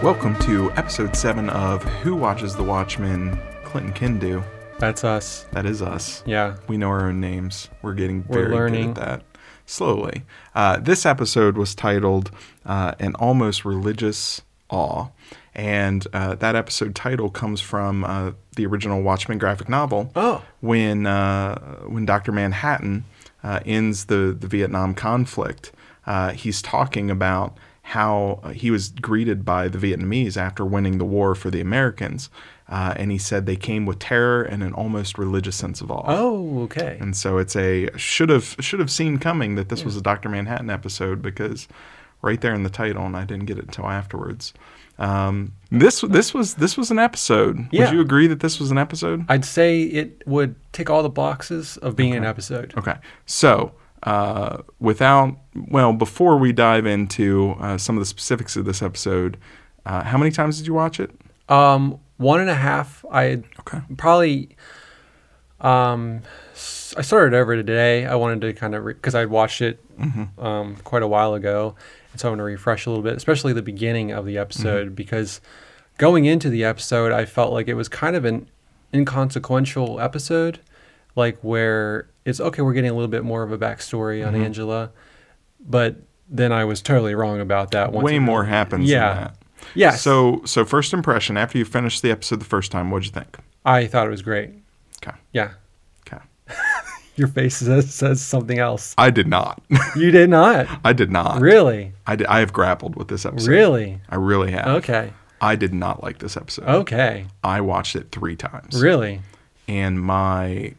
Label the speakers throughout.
Speaker 1: Welcome to episode 7 of Who Watches the Watchmen? Clinton Kindu.
Speaker 2: That's us.
Speaker 1: That is us.
Speaker 2: Yeah.
Speaker 1: We know our own names. We're getting
Speaker 2: We're
Speaker 1: very
Speaker 2: learning.
Speaker 1: good at that. Slowly. Uh, this episode was titled uh, An Almost Religious Awe. And uh, that episode title comes from uh, the original Watchmen graphic novel.
Speaker 2: Oh.
Speaker 1: When, uh, when Dr. Manhattan uh, ends the, the Vietnam conflict, uh, he's talking about how uh, he was greeted by the Vietnamese after winning the war for the Americans. Uh, and he said they came with terror and an almost religious sense of awe.
Speaker 2: Oh, okay.
Speaker 1: And so it's a should have should have seen coming that this was a Doctor Manhattan episode because right there in the title, and I didn't get it until afterwards. Um, this this was this was an episode.
Speaker 2: Yeah.
Speaker 1: Would you agree that this was an episode?
Speaker 2: I'd say it would tick all the boxes of being an episode.
Speaker 1: Okay. So, uh, without, well, before we dive into uh, some of the specifics of this episode, uh, how many times did you watch it?
Speaker 2: Um, one and a half. I
Speaker 1: Okay.
Speaker 2: probably. Um, s- I started over today. I wanted to kind of because I'd watched it
Speaker 1: Mm-hmm.
Speaker 2: um, quite a while ago, and so I want to refresh a little bit, especially the beginning of the
Speaker 1: Mm-hmm.
Speaker 2: episode because going into the episode, I felt like it was kind of an inconsequential episode, like where it's okay, we're getting a little bit more of a backstory
Speaker 1: Mm-hmm.
Speaker 2: on Angela, but then I was totally wrong about that. Once
Speaker 1: Way
Speaker 2: it-
Speaker 1: more happens
Speaker 2: Yeah.
Speaker 1: than that.
Speaker 2: Yes.
Speaker 1: So, so first impression after you finished the episode the first time, what'd you think?
Speaker 2: I thought it was great.
Speaker 1: Okay.
Speaker 2: Yeah.
Speaker 1: Okay.
Speaker 2: Your face says, says something else.
Speaker 1: I did not.
Speaker 2: You did not.
Speaker 1: I did not.
Speaker 2: Really?
Speaker 1: I, did, I have grappled with this episode.
Speaker 2: Really?
Speaker 1: I really have.
Speaker 2: Okay.
Speaker 1: I did not like this episode.
Speaker 2: Okay.
Speaker 1: I watched it three times.
Speaker 2: Really?
Speaker 1: And my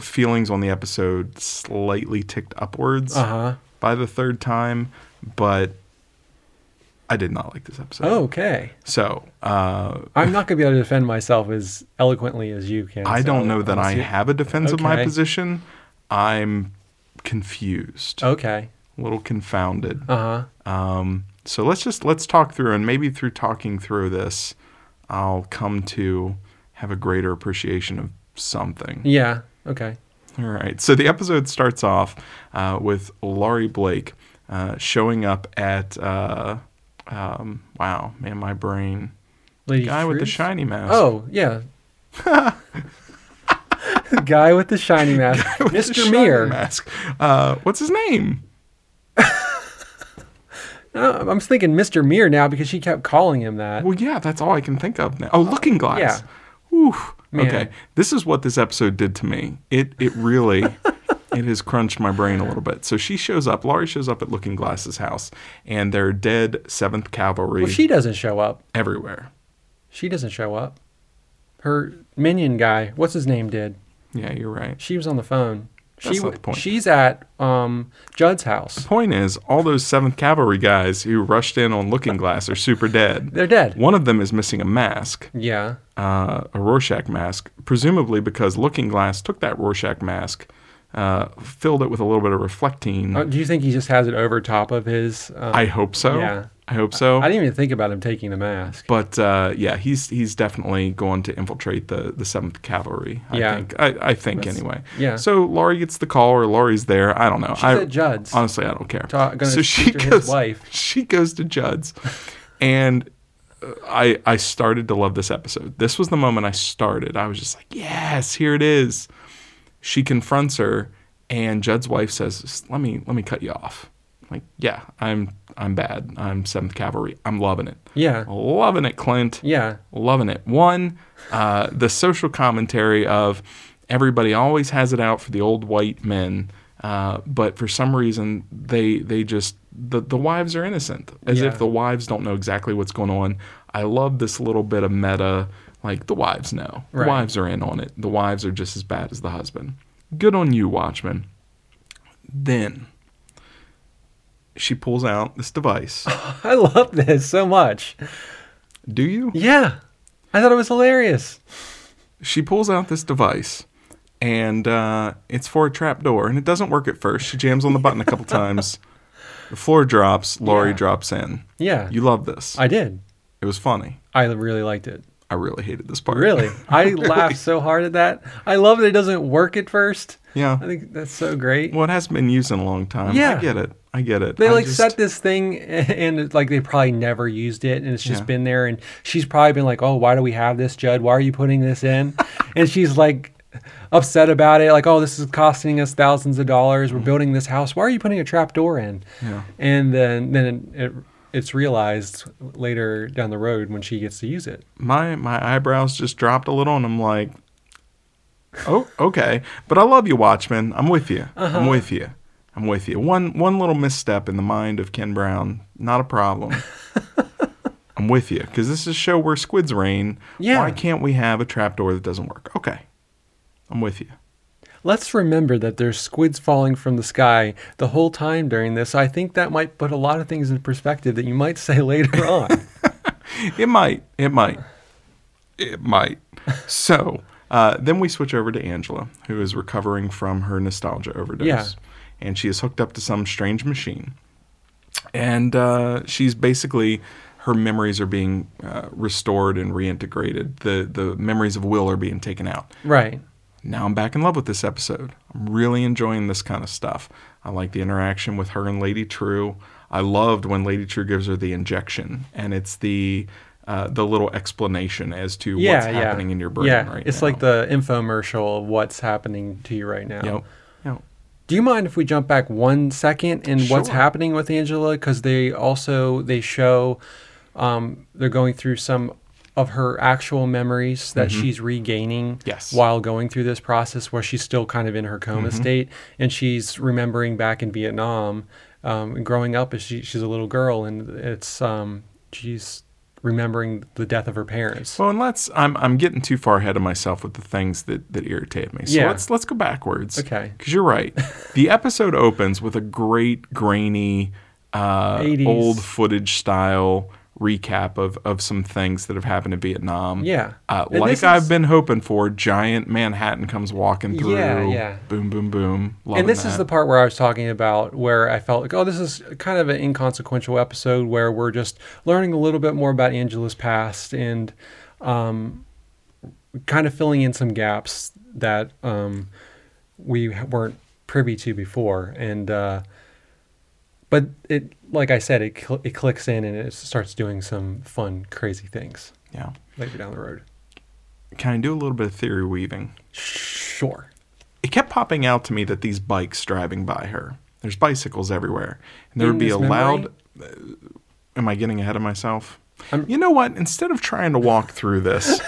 Speaker 1: feelings on the episode slightly ticked upwards.
Speaker 2: Uh huh.
Speaker 1: by the third time, but I did not like this episode.
Speaker 2: Okay.
Speaker 1: So uh,
Speaker 2: I'm not going to be able to defend myself as eloquently as you can.
Speaker 1: I
Speaker 2: so
Speaker 1: don't know that I
Speaker 2: unless you-
Speaker 1: have a defense of my
Speaker 2: Okay.
Speaker 1: position. I'm confused,
Speaker 2: Okay.
Speaker 1: a little confounded.
Speaker 2: Uh huh.
Speaker 1: Um, so let's just let's talk through, and maybe through talking through this, I'll come to have a greater appreciation of something.
Speaker 2: Yeah. Okay.
Speaker 1: All right. So the episode starts off uh, with Laurie Blake uh, showing up at. Uh, um, wow, man, my brain.
Speaker 2: Lady
Speaker 1: Guy with the
Speaker 2: Fruits?
Speaker 1: shiny mask.
Speaker 2: Oh yeah. The guy with the shiny mask,
Speaker 1: With the
Speaker 2: Mr.
Speaker 1: shiny
Speaker 2: Meir.
Speaker 1: mask. Uh, what's his name?
Speaker 2: Uh, I'm thinking Mr. Meir now because she kept calling him that.
Speaker 1: Well, yeah, that's all I can think of now. Oh, Looking Glass.
Speaker 2: yeah.
Speaker 1: Whew.
Speaker 2: Man.
Speaker 1: Okay. This is what this episode did to me. It it really it has crunched my brain a little bit. So she shows up. Laurie shows up at Looking Glass's house, and they're dead Seventh Cavalry
Speaker 2: Well, she doesn't show up.
Speaker 1: everywhere.
Speaker 2: She doesn't show up. Her minion guy, what's his name, did.
Speaker 1: Yeah, you're right.
Speaker 2: She was on the phone.
Speaker 1: That's
Speaker 2: she
Speaker 1: not the point.
Speaker 2: she's at um Judd's house.
Speaker 1: Point is, all those Seventh Cavalry guys who rushed in on Looking Glass are super dead.
Speaker 2: They're dead.
Speaker 1: One of them is missing a mask,
Speaker 2: Yeah.
Speaker 1: uh, a Rorschach mask, presumably because Looking Glass took that Rorschach mask, uh, filled it with a little bit of reflectine.
Speaker 2: Uh, do you think he just has it over top of his? Um,
Speaker 1: Mm. I hope so.
Speaker 2: yeah.
Speaker 1: I hope so.
Speaker 2: I didn't even think about him taking the mask.
Speaker 1: but uh, yeah, he's he's definitely going to infiltrate the the Seventh Cavalry. I
Speaker 2: Yeah.
Speaker 1: think. I, I think anyway.
Speaker 2: yeah.
Speaker 1: So Laurie gets the call, or Laurie's there. I don't know.
Speaker 2: She's
Speaker 1: I,
Speaker 2: at Judd's.
Speaker 1: Honestly, I don't care.
Speaker 2: Ta- gonna
Speaker 1: so she
Speaker 2: speak to his
Speaker 1: goes.
Speaker 2: wife.
Speaker 1: She goes to Judd's, and uh, I I started to love this episode. This was the moment I started. I was just like, yes, here it is. She confronts her, and Judd's wife says, "Let me let me cut you off." Like, yeah, I'm I'm bad. I'm Seventh Cavalry. I'm loving it.
Speaker 2: yeah.
Speaker 1: Loving it, Clint.
Speaker 2: Yeah.
Speaker 1: Loving it. One, uh, the social commentary of everybody always has it out for the old white men, uh, but for some reason they they just the the wives are innocent, as
Speaker 2: Yeah.
Speaker 1: if the wives don't know exactly what's going on. I love this little bit of meta, like the wives know. The
Speaker 2: Right.
Speaker 1: wives are in on it. The wives are just as bad as the husband. Good on you, Watchmen. Then she pulls out this device.
Speaker 2: I love this so much.
Speaker 1: Do you?
Speaker 2: Yeah. I thought it was hilarious.
Speaker 1: she pulls out this device and uh, it's for a trap door and it doesn't work at first she jams on the button a couple times the floor drops laurie
Speaker 2: Yeah.
Speaker 1: drops in
Speaker 2: Yeah.
Speaker 1: you love this
Speaker 2: I did.
Speaker 1: it was funny
Speaker 2: I really liked it.
Speaker 1: i really hated this part
Speaker 2: Really? I laughed so hard at that. I love that it doesn't work at first.
Speaker 1: Yeah.
Speaker 2: I think that's so great.
Speaker 1: Well, it has been used in a long time. I
Speaker 2: Yeah.
Speaker 1: get it. I get it.
Speaker 2: They
Speaker 1: I
Speaker 2: like
Speaker 1: just-
Speaker 2: set this thing and it's like they probably never used it and it's just
Speaker 1: Yeah.
Speaker 2: been there and she's probably been like, "Oh, why do we have this, Judd? Why are you putting this in?" and she's like upset about it like, "Oh, this is costing us thousands of dollars. We're building this house. Why are you putting a trap door in?"
Speaker 1: Mm. Yeah.
Speaker 2: And then then it it's realized later down the road when she gets to use it.
Speaker 1: my my eyebrows just dropped a little, and I'm like, oh, okay. But I love you, Watchmen. I'm with you. I'm with you. I'm with you. One one little misstep in the mind of Ken Brown, not a problem. I'm with you because this is a show where squids reign.
Speaker 2: Yeah.
Speaker 1: Why can't we have a trapdoor that doesn't work? Okay, I'm with you.
Speaker 2: Let's remember that there's squids falling from the sky the whole time during this. I think that might put a lot of things in perspective that you might say later on.
Speaker 1: It might. It might. It might. So uh, then we switch over to Angela, who is recovering from her nostalgia overdose.
Speaker 2: Yeah.
Speaker 1: And she is hooked up to some strange machine. And uh, she's basically, her memories are being uh, restored and reintegrated. The, the memories of Will are being taken out.
Speaker 2: right.
Speaker 1: Now I'm back in love with this episode. I'm really enjoying this kind of stuff. I like the interaction with her and Lady True. I loved when Lady True gives her the injection, and it's the uh, the little explanation as to what's happening in your brain
Speaker 2: yeah.
Speaker 1: right
Speaker 2: It's
Speaker 1: now.
Speaker 2: like the infomercial of what's happening to you right now.
Speaker 1: Yep. Yep.
Speaker 2: Do you mind if we jump back one second in what's
Speaker 1: Sure.
Speaker 2: happening with Angela? Because they also they show um, they're going through some of her actual memories that she's regaining
Speaker 1: Mm-hmm. Yes. Mm-hmm.
Speaker 2: while going through this process where she's still kind of in her coma state and she's remembering back in Vietnam um, and growing up as she, she's a little girl and it's um, she's remembering the death of her parents.
Speaker 1: Well, and let's. I'm I'm getting too far ahead of myself with the things that that irritate me. So
Speaker 2: Yeah.
Speaker 1: let's let's go backwards.
Speaker 2: Okay.
Speaker 1: Because you're right. the episode opens with a great grainy, uh,
Speaker 2: 80s.
Speaker 1: old footage style recap of of some things that have happened in Vietnam.
Speaker 2: Yeah.
Speaker 1: Uh,
Speaker 2: And
Speaker 1: like
Speaker 2: this
Speaker 1: I've
Speaker 2: is-
Speaker 1: been hoping for, giant Manhattan comes walking through.
Speaker 2: Yeah, yeah.
Speaker 1: Boom, boom, boom. Loving
Speaker 2: and this is
Speaker 1: that.
Speaker 2: the part where I was talking about where I felt like, oh, this is kind of an inconsequential episode where we're just learning a little bit more about Angela's past and um, kind of filling in some gaps that um, we weren't privy to before. And uh, but it, like I said, it cl- it clicks in and it starts doing some fun, crazy things
Speaker 1: yeah.
Speaker 2: later down the road.
Speaker 1: Can I do a little bit of theory weaving?
Speaker 2: Sure.
Speaker 1: it kept popping out to me that these bikes driving by her. There's bicycles everywhere, and there
Speaker 2: In
Speaker 1: would be
Speaker 2: this
Speaker 1: a
Speaker 2: memory?
Speaker 1: loud. uh, Am I getting ahead of myself?
Speaker 2: I'm-
Speaker 1: you know what? Instead of trying to walk through this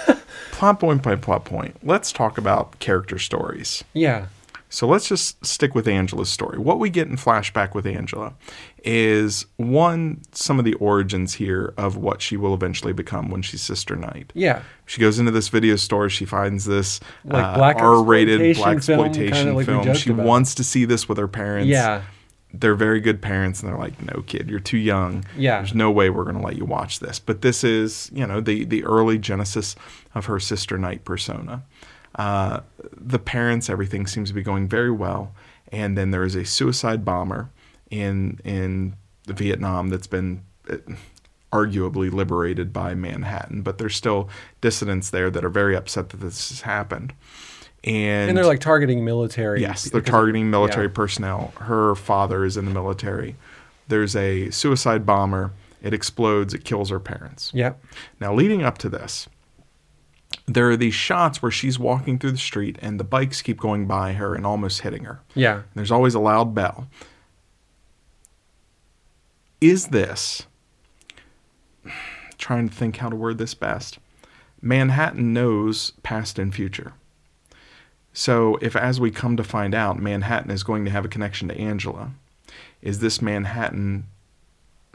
Speaker 1: plot point by plot point, let's talk about character stories.
Speaker 2: Yeah.
Speaker 1: So let's just stick with Angela's story. What we get in flashback with Angela is one, some of the origins here of what she will eventually become when she's Sister Knight.
Speaker 2: Yeah.
Speaker 1: She goes into this video store. She finds this
Speaker 2: Like
Speaker 1: uh,
Speaker 2: black
Speaker 1: R-rated
Speaker 2: exploitation
Speaker 1: black
Speaker 2: film,
Speaker 1: exploitation
Speaker 2: kinda
Speaker 1: film.
Speaker 2: like we joked
Speaker 1: She
Speaker 2: about.
Speaker 1: wants to see this with her parents.
Speaker 2: Yeah.
Speaker 1: they're very good parents, and they're like, "No, kid, you're too young.
Speaker 2: Yeah.
Speaker 1: there's no way we're going to let you watch this." But this is, you know, the the early genesis of her sister night persona. Uh, the parents, everything seems to be going very well, and then there is a suicide bomber in in Vietnam that's been. uh, arguably liberated by Manhattan, but there's still dissidents there that are very upset that this has happened. And,
Speaker 2: And they're like targeting military.
Speaker 1: yes, they're
Speaker 2: because of-
Speaker 1: targeting military
Speaker 2: yeah.
Speaker 1: personnel. Her father is in the military. There's a suicide bomber. It explodes. It kills her parents.
Speaker 2: Yep.
Speaker 1: Now, leading up to this, there are these shots where she's walking through the street and the bikes keep going by her and almost hitting her.
Speaker 2: Yeah.
Speaker 1: There's always a loud bell. Is this trying to think how to word this best? Manhattan knows past and future. So, if as we come to find out, Manhattan is going to have a connection to Angela, is this Manhattan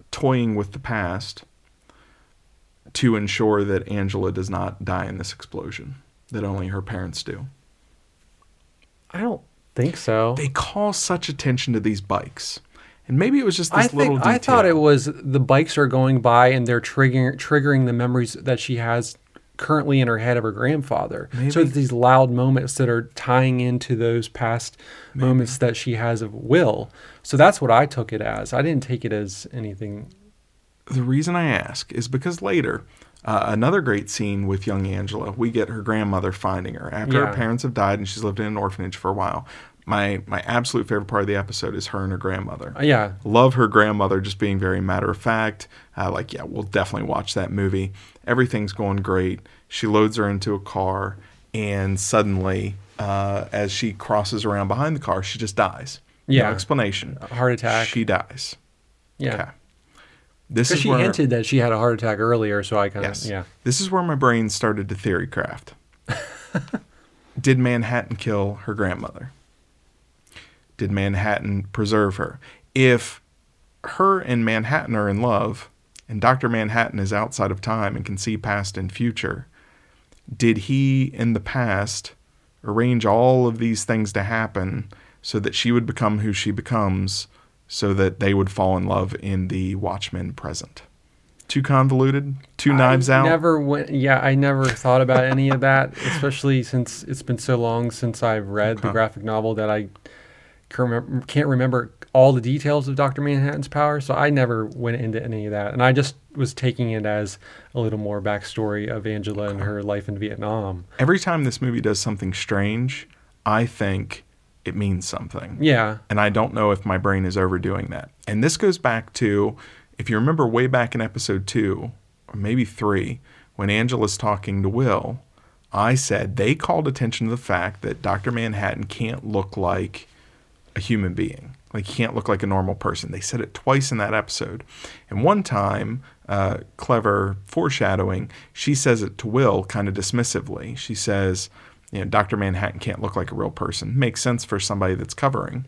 Speaker 1: toying with the past to ensure that Angela does not die in this explosion, that only her parents do?
Speaker 2: I don't think so.
Speaker 1: they call such attention to these bikes. And maybe it was just this
Speaker 2: I
Speaker 1: little
Speaker 2: think
Speaker 1: detail.
Speaker 2: I thought it was the bikes are going by and they're triggering triggering the memories that she has currently in her head of her grandfather. So it's these loud moments that are tying into those past moments that she has of Will. So that's what I took it as. I didn't take it as anything.
Speaker 1: the reason I ask is because later, uh, another great scene with young Angela, we get her grandmother finding her after
Speaker 2: Yeah.
Speaker 1: her parents have died and she's lived in an orphanage for a while. my my absolute favorite part of the episode is her and her grandmother.
Speaker 2: Uh, yeah.
Speaker 1: Love her grandmother just being very matter of fact. Uh, like, yeah, we'll definitely watch that movie. Everything's going great. She loads her into a car, and suddenly, uh, as she crosses around behind the car, she just dies.
Speaker 2: Yeah.
Speaker 1: No explanation.
Speaker 2: A heart attack.
Speaker 1: She dies.
Speaker 2: Yeah.
Speaker 1: Okay. This
Speaker 2: 'Cause
Speaker 1: is
Speaker 2: she
Speaker 1: where
Speaker 2: hinted that she had a heart attack earlier, so I kind of
Speaker 1: yes.
Speaker 2: yeah.
Speaker 1: This is where my brain started to theory craft. Did Manhattan kill her grandmother? Did Manhattan preserve her? If her and Manhattan are in love and Dr. Manhattan is outside of time and can see past and future, did he in the past arrange all of these things to happen so that she would become who she becomes so that they would fall in love in the Watchmen present? Too convoluted? Too knives
Speaker 2: I
Speaker 1: out?
Speaker 2: Never went. Yeah, I never thought about any of that, especially since it's been so long since I've read the
Speaker 1: Okay.
Speaker 2: graphic novel that I can remem- can't remember all the details of Doctor Manhattan's power. So I never went into any of that, and I just was taking it as a little more backstory of Angela and her life in Vietnam.
Speaker 1: Every time this movie does something strange, I think it means something.
Speaker 2: Yeah,
Speaker 1: And I don't know if my brain is overdoing that. And this goes back to, if you remember way back in episode two, or maybe three, when Angela's talking to Will, I said they called attention to the fact that Dr. Manhattan can't look like a human being. Like, he can't look like a normal person. They said it twice in that episode. And one time, uh, clever foreshadowing, she says it to Will kind of dismissively. She says, you know, Dr. Manhattan can't look like a real person. Makes sense for somebody that's covering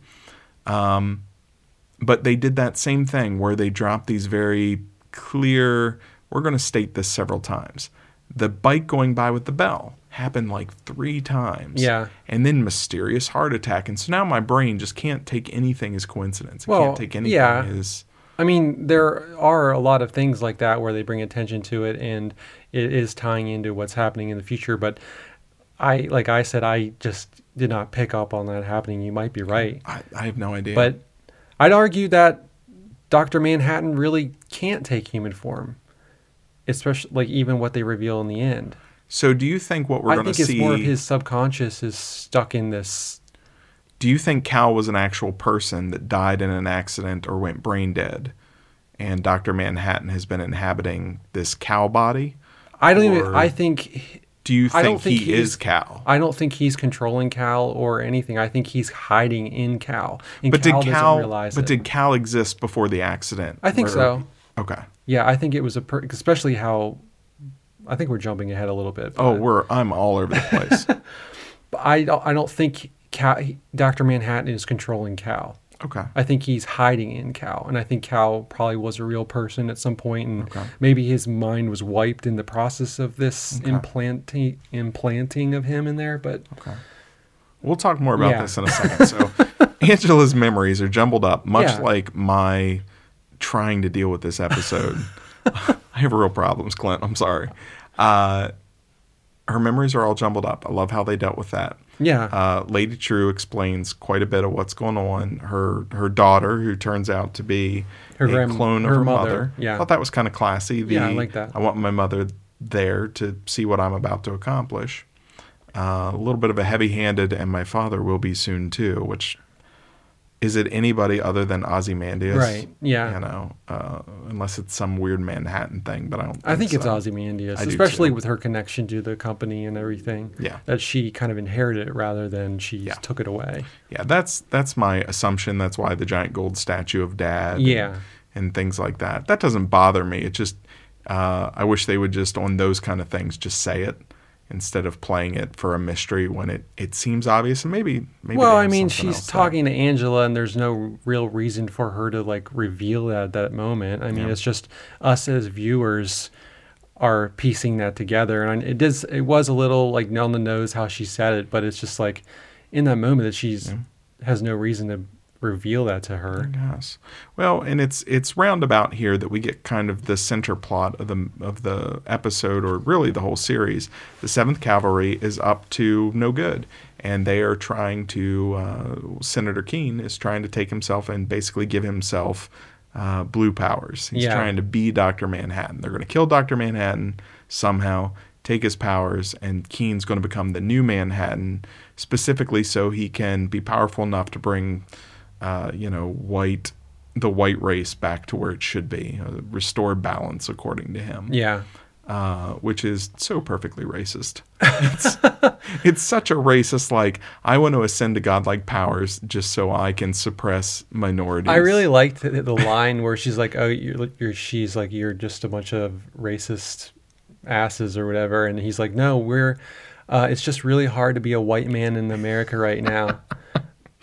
Speaker 1: but they did that same thing where they dropped these very clear we're going to state this several times the bike going by with the bell happened like three times
Speaker 2: Yeah.
Speaker 1: and then mysterious heart attack and so now my brain just can't take anything as coincidence it
Speaker 2: Well,
Speaker 1: can't take anything
Speaker 2: yeah.
Speaker 1: as
Speaker 2: I mean, there are a lot of things like that where they bring attention to it and it is tying into what's happening in the future. But I, like I said, I just did not pick up on that happening. You might be right.
Speaker 1: I, I have no idea
Speaker 2: But I'd argue that Dr. Manhattan really can't take human form, especially like even what they reveal in the end.
Speaker 1: so do you think what we're
Speaker 2: I
Speaker 1: going to
Speaker 2: think
Speaker 1: see
Speaker 2: it's more of his subconscious is stuck in this.
Speaker 1: do you think cal was an actual person that died in an accident or went brain dead and dr manhattan has been inhabiting this cow body
Speaker 2: I don't
Speaker 1: Or-
Speaker 2: even, I think
Speaker 1: do you
Speaker 2: I
Speaker 1: think,
Speaker 2: don't think
Speaker 1: he,
Speaker 2: he
Speaker 1: is
Speaker 2: is-
Speaker 1: cal
Speaker 2: I don't think he's controlling Cal or anything. I think he's hiding in Cal. And
Speaker 1: But
Speaker 2: Cal
Speaker 1: did
Speaker 2: doesn't
Speaker 1: Cal?
Speaker 2: realize
Speaker 1: But
Speaker 2: it.
Speaker 1: did Cal exist before the accident?
Speaker 2: I think
Speaker 1: Where-
Speaker 2: so.
Speaker 1: Okay.
Speaker 2: Yeah, I think it was a per- especially how I think we're jumping ahead a little bit.
Speaker 1: Oh,
Speaker 2: but-
Speaker 1: we're I'm all over the place.
Speaker 2: but I don't, I don't think Cal, Dr. Manhattan is controlling Cal.
Speaker 1: okay.
Speaker 2: I think he's hiding in Cal, and I think Cal probably was a real person at some point, and
Speaker 1: Okay.
Speaker 2: maybe his mind was wiped in the process of this implanting implanting of him in there. But
Speaker 1: Okay. We'll talk more about
Speaker 2: Yeah.
Speaker 1: this in a second. So, Angela's memories are jumbled up, much
Speaker 2: Yeah.
Speaker 1: like my trying to deal with this episode. I have real problems, Clint. I'm sorry. Uh, her memories are all jumbled up. I love how they dealt with that.
Speaker 2: yeah,
Speaker 1: Uh, Lady True explains quite a bit of what's going on. Her her daughter, who turns out to be
Speaker 2: Her
Speaker 1: a
Speaker 2: grand-
Speaker 1: clone of her,
Speaker 2: her
Speaker 1: mother.
Speaker 2: mother, yeah.
Speaker 1: thought that was kind of classy. The,
Speaker 2: Yeah, I like that.
Speaker 1: I want my mother there to see what I'm about to accomplish. Uh, a little bit of a heavy-handed, and my father will be soon too. Which is it anybody other than Ozymandias?
Speaker 2: Right, yeah.
Speaker 1: You know, uh, unless it's some weird Manhattan thing, but I don't.
Speaker 2: I think it's
Speaker 1: so.
Speaker 2: Ozymandias,
Speaker 1: I do
Speaker 2: especially
Speaker 1: too.
Speaker 2: with her connection to the company and everything.
Speaker 1: Yeah.
Speaker 2: That she kind of inherited it rather than she
Speaker 1: Yeah.
Speaker 2: took it away.
Speaker 1: Yeah, that's that's my assumption. That's why the giant gold statue of Dad. and-
Speaker 2: Yeah.
Speaker 1: And, things like that. That doesn't bother me. It just uh, I wish they would just on those kind of things just say it instead of playing it for a mystery when it it seems obvious and maybe maybe.
Speaker 2: well,
Speaker 1: they
Speaker 2: I
Speaker 1: have
Speaker 2: mean,
Speaker 1: something
Speaker 2: she's
Speaker 1: else uh, there.
Speaker 2: talking to Angela, and there's no real reason for her to like reveal that at that moment. I mean,
Speaker 1: Yeah.
Speaker 2: it's just us as viewers are piecing that together, and it does. It was a little like on the nose how she said it, but it's just like in that moment that she's has no reason to reveal that to her.
Speaker 1: Yes. Well, and it's it's roundabout here that we get kind of the center plot of the of the episode, or really the whole series. The Seventh Cavalry is up to no good, and they are trying to uh, Senator Keene is trying to take himself and basically give himself uh, blue powers. He's
Speaker 2: Yeah.
Speaker 1: trying to be Doctor Manhattan. They're going to kill Doctor Manhattan somehow. take his powers, and Keen's going to become the new Manhattan, specifically so he can be powerful enough to bring, uh, you know, white the white race back to where it should be, uh, restore balance according to him.
Speaker 2: Yeah.
Speaker 1: Uh, which is so perfectly racist. It's, it's such a racist, like, I want to ascend to godlike powers just so I can suppress minorities.
Speaker 2: I really liked the, the line where she's like, "Oh, you're, you're," she's like, "You're just a bunch of racist asses or whatever," and he's like, "No, we're. Uh, it's just really hard to be a white man in America right now. I'm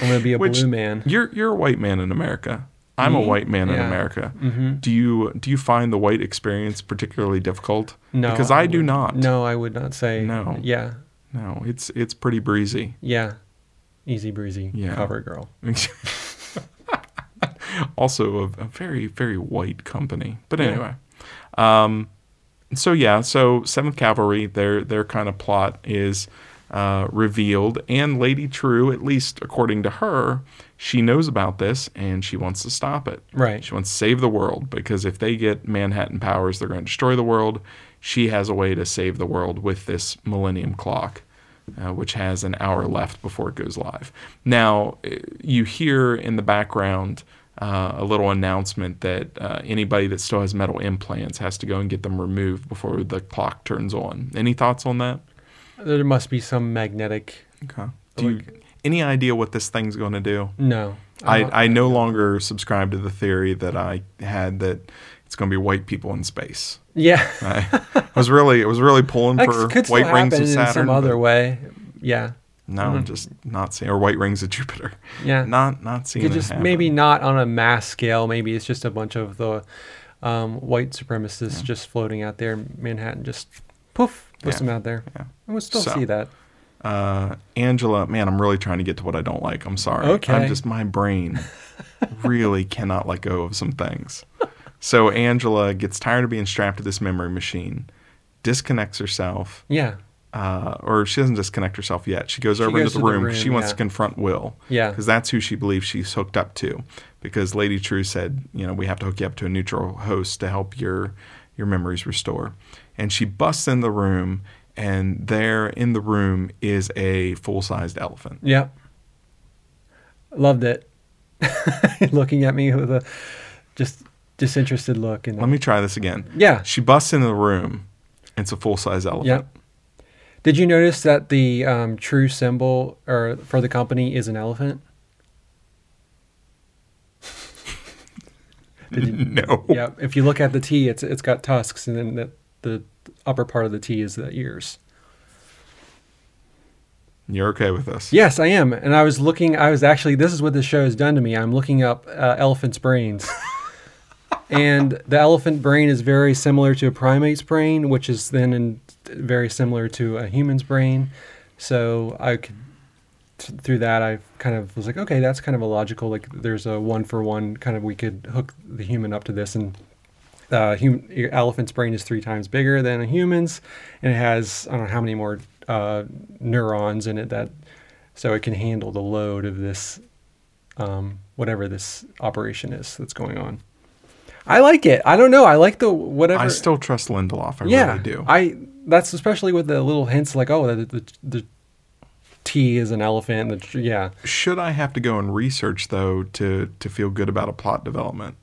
Speaker 2: gonna be a
Speaker 1: Which-
Speaker 2: blue man."
Speaker 1: You're you're a white man in America. I'm a
Speaker 2: Me?
Speaker 1: white man in
Speaker 2: Yeah. Mm-hmm.
Speaker 1: America. Do you do you find the white experience particularly difficult?
Speaker 2: No,
Speaker 1: because I, do
Speaker 2: would-
Speaker 1: not.
Speaker 2: No, I would not say.
Speaker 1: No.
Speaker 2: Yeah,
Speaker 1: no, it's it's pretty breezy.
Speaker 2: yeah, easy breezy.
Speaker 1: Yeah.
Speaker 2: Cover girl.
Speaker 1: also, a, a very very white company. But anyway, um, so yeah, so Seventh Cavalry, their their kind of plot is uh, revealed, and Lady True, at least according to her, she knows about this and she wants to stop it.
Speaker 2: Right.
Speaker 1: She wants to save the world because if they get Manhattan powers, they're going to destroy the world. She has a way to save the world with this Millennium Clock, uh, which has an hour left before it goes live. Now, eh, you hear in the background uh, a little announcement that uh, anybody that still has metal implants has to go and get them removed before the clock turns on. Any thoughts on that?
Speaker 2: There must be some magnetic.
Speaker 1: Okay. Do you, any idea what this thing's going to do?
Speaker 2: No. Uh, I'm not-
Speaker 1: I, I no longer subscribe to the theory that I had that it's going to be white people in space.
Speaker 2: yeah.
Speaker 1: I, I was really, I was really pulling
Speaker 2: That
Speaker 1: for
Speaker 2: could still
Speaker 1: white rings
Speaker 2: happen
Speaker 1: of
Speaker 2: in
Speaker 1: Saturn.
Speaker 2: some
Speaker 1: but
Speaker 2: other way. Yeah.
Speaker 1: No, I'm just not seeing, or white rings of Jupiter.
Speaker 2: Yeah.
Speaker 1: Not, not seeing.
Speaker 2: It
Speaker 1: it
Speaker 2: just
Speaker 1: happen.
Speaker 2: maybe not on a mass scale. Maybe it's just a bunch of the um, white supremacists just floating out there in Manhattan. Just poof, puts
Speaker 1: Yeah.
Speaker 2: them out there.
Speaker 1: Yeah.
Speaker 2: And we'll still
Speaker 1: So-
Speaker 2: see that.
Speaker 1: Uh, Angela, man, I'm really trying to get to what I don't like. I'm sorry. I'm
Speaker 2: Okay.
Speaker 1: just my brain really cannot let go of some things. So Angela gets tired of being strapped to this memory machine, disconnects herself,
Speaker 2: Yeah.
Speaker 1: uh, or she doesn't disconnect herself yet. She goes over
Speaker 2: goes
Speaker 1: into the
Speaker 2: to the
Speaker 1: room 'cause she
Speaker 2: room,
Speaker 1: wants
Speaker 2: yeah.
Speaker 1: to confront Will.
Speaker 2: Yeah.
Speaker 1: Because that's who she believes she's hooked up to. Because Lady True said, you know, we have to hook you up to a neutral host to help your your memories restore. And she busts in the room, and there in the room is a full sized elephant.
Speaker 2: Yeah. Loved it. Looking at me with a just disinterested look. And
Speaker 1: Let me try this again.
Speaker 2: Yeah.
Speaker 1: She busts into the room. It's a full size elephant.
Speaker 2: Yep. Did you notice that the um, true symbol or for the company is an elephant? Did you-
Speaker 1: No.
Speaker 2: yeah. If you look at the T, it's it's got tusks, and then the, the upper part of the T is the ears.
Speaker 1: You're okay with this?
Speaker 2: Yes, I am. And I was looking. I was actually. This is what this show has done to me. I'm looking up uh, elephants' brains. And the elephant brain is very similar to a primate's brain, which is then in, very similar to a human's brain. So I could, th- through that, I kind of was like, okay, that's kind of a logical. Like, there's a one for one kind of. We could hook the human up to this, and uh, hum- your elephant's brain is three times bigger than a human's, and it has I don't know how many more uh, neurons in it that, so it can handle the load of this, um, whatever this operation is that's going on. I like it. I don't know. I like the whatever.
Speaker 1: I still trust Lindelof. I
Speaker 2: yeah,
Speaker 1: really do.
Speaker 2: I that's especially with the little hints like oh the the, the T is an elephant. The, tr- yeah,
Speaker 1: Should I have to go and research though to to feel good about a plot development?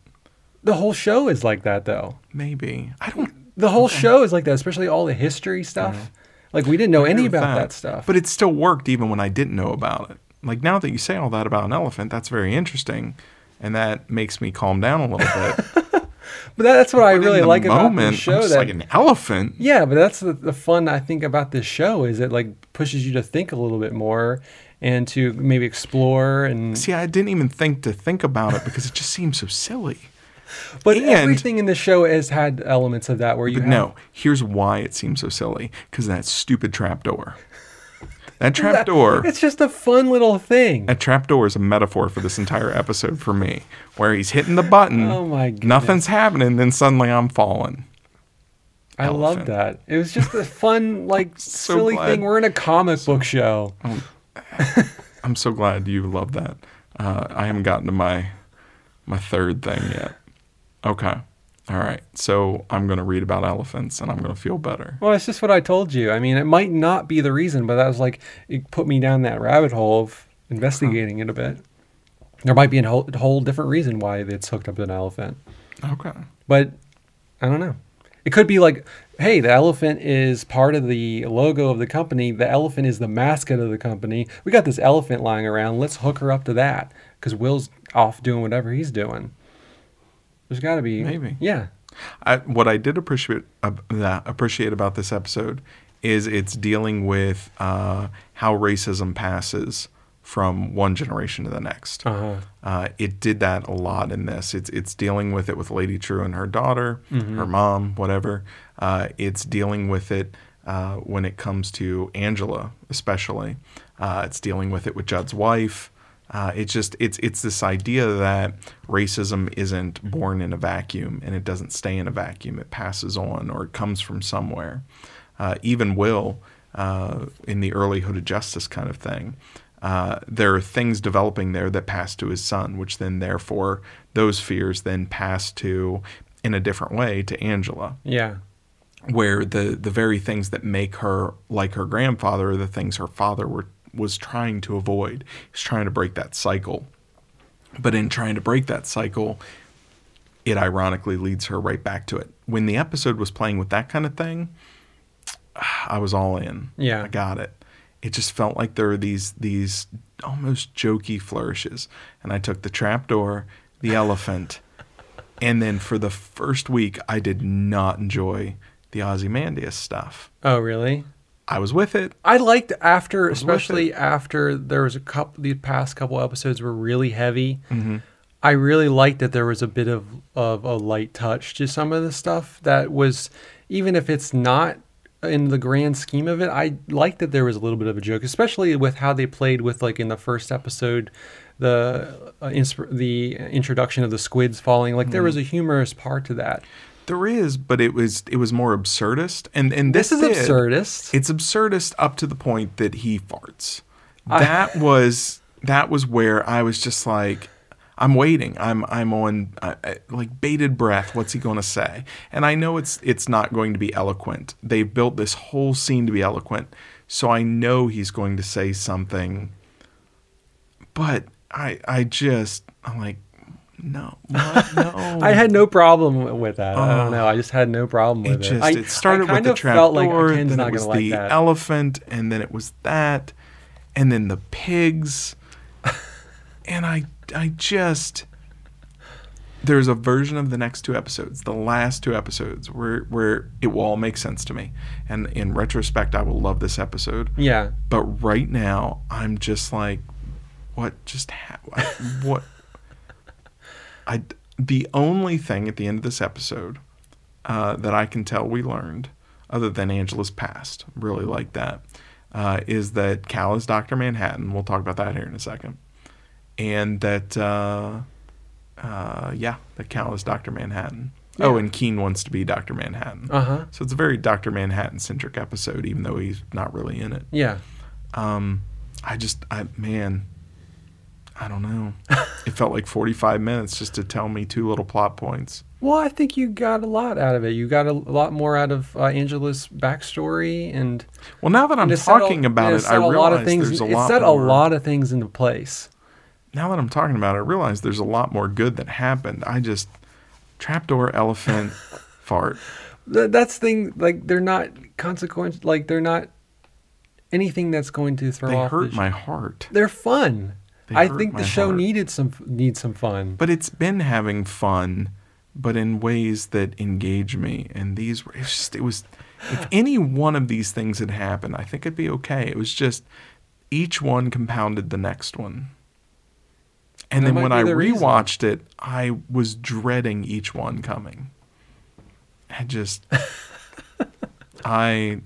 Speaker 2: the whole show is like that though.
Speaker 1: Maybe I don't
Speaker 2: The whole show is like that, especially all the history stuff.
Speaker 1: Mm-hmm.
Speaker 2: Like we didn't know any
Speaker 1: agree with
Speaker 2: about that. stuff.
Speaker 1: but it still worked even when I didn't know about it. Like now that you say all that about an elephant, that's very interesting, and that makes me calm down a little bit.
Speaker 2: But that- that's what I
Speaker 1: But
Speaker 2: really
Speaker 1: in the
Speaker 2: like about
Speaker 1: moment,
Speaker 2: the
Speaker 1: I'm
Speaker 2: show.
Speaker 1: just
Speaker 2: That
Speaker 1: like an elephant.
Speaker 2: yeah, but that's the, the fun I think about this show is it like pushes you to think a little bit more and to maybe explore and.
Speaker 1: See, I didn't even think to think about it because it just seems so silly.
Speaker 2: But
Speaker 1: and-
Speaker 2: everything in the show has had elements of that where you
Speaker 1: But
Speaker 2: have,
Speaker 1: no, here's why it seems so silly because that stupid trapdoor. That trapdoor.
Speaker 2: It's just a fun little thing.
Speaker 1: A trapdoor is a metaphor for this entire episode for me, where he's hitting the button.
Speaker 2: Oh my goodness.
Speaker 1: Nothing's happening, then suddenly I'm falling.
Speaker 2: I love
Speaker 1: elephant.
Speaker 2: that. It was just a fun, like
Speaker 1: So
Speaker 2: silly
Speaker 1: glad.
Speaker 2: thing. We're in a comic book show.
Speaker 1: I'm so glad you love that. Uh, I haven't gotten to my my third thing yet. Okay. All right. So I'm going to read about elephants and I'm going to feel better.
Speaker 2: Well, it's just what I told you. I mean, it might not be the reason, but that was like it put me down that rabbit hole of investigating it a bit. There might be a whole, whole different reason why it's hooked up to an elephant,
Speaker 1: Okay.
Speaker 2: but I don't know. It could be like, hey, the elephant is part of the logo of the company. The elephant is the mascot of the company. We got this elephant lying around. Let's hook her up to that because Will's off doing whatever he's doing. There's got to be
Speaker 1: Maybe.
Speaker 2: yeah.
Speaker 1: I, what I did appreciate uh, that appreciate about this episode is it's dealing with uh, how racism passes from one generation to the next.
Speaker 2: Uh-huh.
Speaker 1: Uh, it did that a lot in this. It's it's dealing with it with Lady True and her daughter, her mom, whatever. Uh, it's dealing with it uh, when it comes to Angela, especially. Uh, it's dealing with it with Judd's wife. Uh, it's just it's it's this idea that racism isn't born in a vacuum and it doesn't stay in a vacuum. It passes on or it comes from somewhere. Uh, even Will, uh, in the early Hood of Justice kind of thing, uh, there are things developing there that pass to his son, which then therefore those fears then pass to in a different way to Angela,
Speaker 2: Yeah.
Speaker 1: where the the very things that make her like her grandfather are the things her father were was trying to avoid. He's trying to break that cycle. But in trying to break that cycle, it ironically leads her right back to it. When the episode was playing with that kind of thing, I was all in.
Speaker 2: Yeah.
Speaker 1: I got it. It just felt like there were these these almost jokey flourishes. And I took the trapdoor, the elephant, and then for the first week I did not enjoy the Ozymandias stuff.
Speaker 2: Oh, really?
Speaker 1: I was with it.
Speaker 2: I liked after,
Speaker 1: worth
Speaker 2: especially after there was a couple. The past couple episodes were really heavy. I really liked that there was a bit of of a light touch to some of the stuff that was, even if it's not in the grand scheme of it. I liked that there was a little bit of a joke, especially with how they played with like in the first episode, the uh, insp- the introduction of the squids falling. Like there was a humorous part to that.
Speaker 1: There is, but it was it was more absurdist. And and this,
Speaker 2: This is
Speaker 1: did-
Speaker 2: absurdist.
Speaker 1: It's absurdist up to the point that he farts. That was that was where I was just like, I'm waiting. I'm I'm on uh, uh, like bated breath. What's he going to say? And I know it's it's not going to be eloquent. They've built this whole scene to be eloquent, so I know he's going to say something. But I I just I'm like, no, what? no.
Speaker 2: I had no problem with that. I don't know. I just had no problem with
Speaker 1: It
Speaker 2: it.
Speaker 1: just
Speaker 2: I,
Speaker 1: Oh. it started
Speaker 2: I
Speaker 1: with
Speaker 2: kind
Speaker 1: the
Speaker 2: of felt like
Speaker 1: trapdoor,
Speaker 2: Ken's
Speaker 1: then
Speaker 2: not
Speaker 1: it was
Speaker 2: gonna like
Speaker 1: the
Speaker 2: that.
Speaker 1: elephant, and then it was that, and then the pigs, and I I just there's a version of the next two episodes, the last two episodes, where where it will all make sense to me, and in retrospect, I will love this episode,
Speaker 2: yeah,
Speaker 1: but right now I'm just like, what just ha- I- what? I the only thing at the end of this episode uh, that I can tell we learned, other than Angela's past, really like that, uh, is that Cal is Doctor Manhattan. We'll talk about that here in a second, and that uh, uh, yeah, that Cal is Doctor Manhattan. Oh, and Keen wants to be Doctor Manhattan.
Speaker 2: uh huh,
Speaker 1: So it's a very Doctor Manhattan centric episode, even though he's not really in it.
Speaker 2: yeah.
Speaker 1: Um, I just, I man, I don't know. it felt like 45 minutes just to tell me two little plot points.
Speaker 2: Well, I think you got a lot out of it. You got a lot more out of uh, Angela's backstory, and
Speaker 1: Well, now that I'm
Speaker 2: and it set
Speaker 1: talking
Speaker 2: a,
Speaker 1: about
Speaker 2: and
Speaker 1: it,
Speaker 2: set
Speaker 1: I
Speaker 2: a
Speaker 1: realize
Speaker 2: lot of things.
Speaker 1: there's a
Speaker 2: it
Speaker 1: lot.
Speaker 2: set
Speaker 1: more,
Speaker 2: a lot of things into place.
Speaker 1: Now that I'm talking about it, I realize there's a lot more good that happened. I just trapdoor elephant fart.
Speaker 2: Th- that's thing. Like they're not consequential. Like they're not anything that's going to throw
Speaker 1: They
Speaker 2: off. the
Speaker 1: hurt
Speaker 2: sh-
Speaker 1: my heart.
Speaker 2: They're fun.
Speaker 1: They
Speaker 2: I
Speaker 1: hurt
Speaker 2: think
Speaker 1: my
Speaker 2: the show
Speaker 1: heart.
Speaker 2: needed some needs some fun.
Speaker 1: But it's been having fun, but in ways that engage me. And these were, it's just, it was, if any one of these things had happened, I think I'd be okay. It was just each one compounded the next one. And
Speaker 2: That
Speaker 1: then
Speaker 2: might
Speaker 1: when
Speaker 2: be
Speaker 1: I
Speaker 2: the reason.
Speaker 1: rewatched it, I was dreading each one coming. I just, I,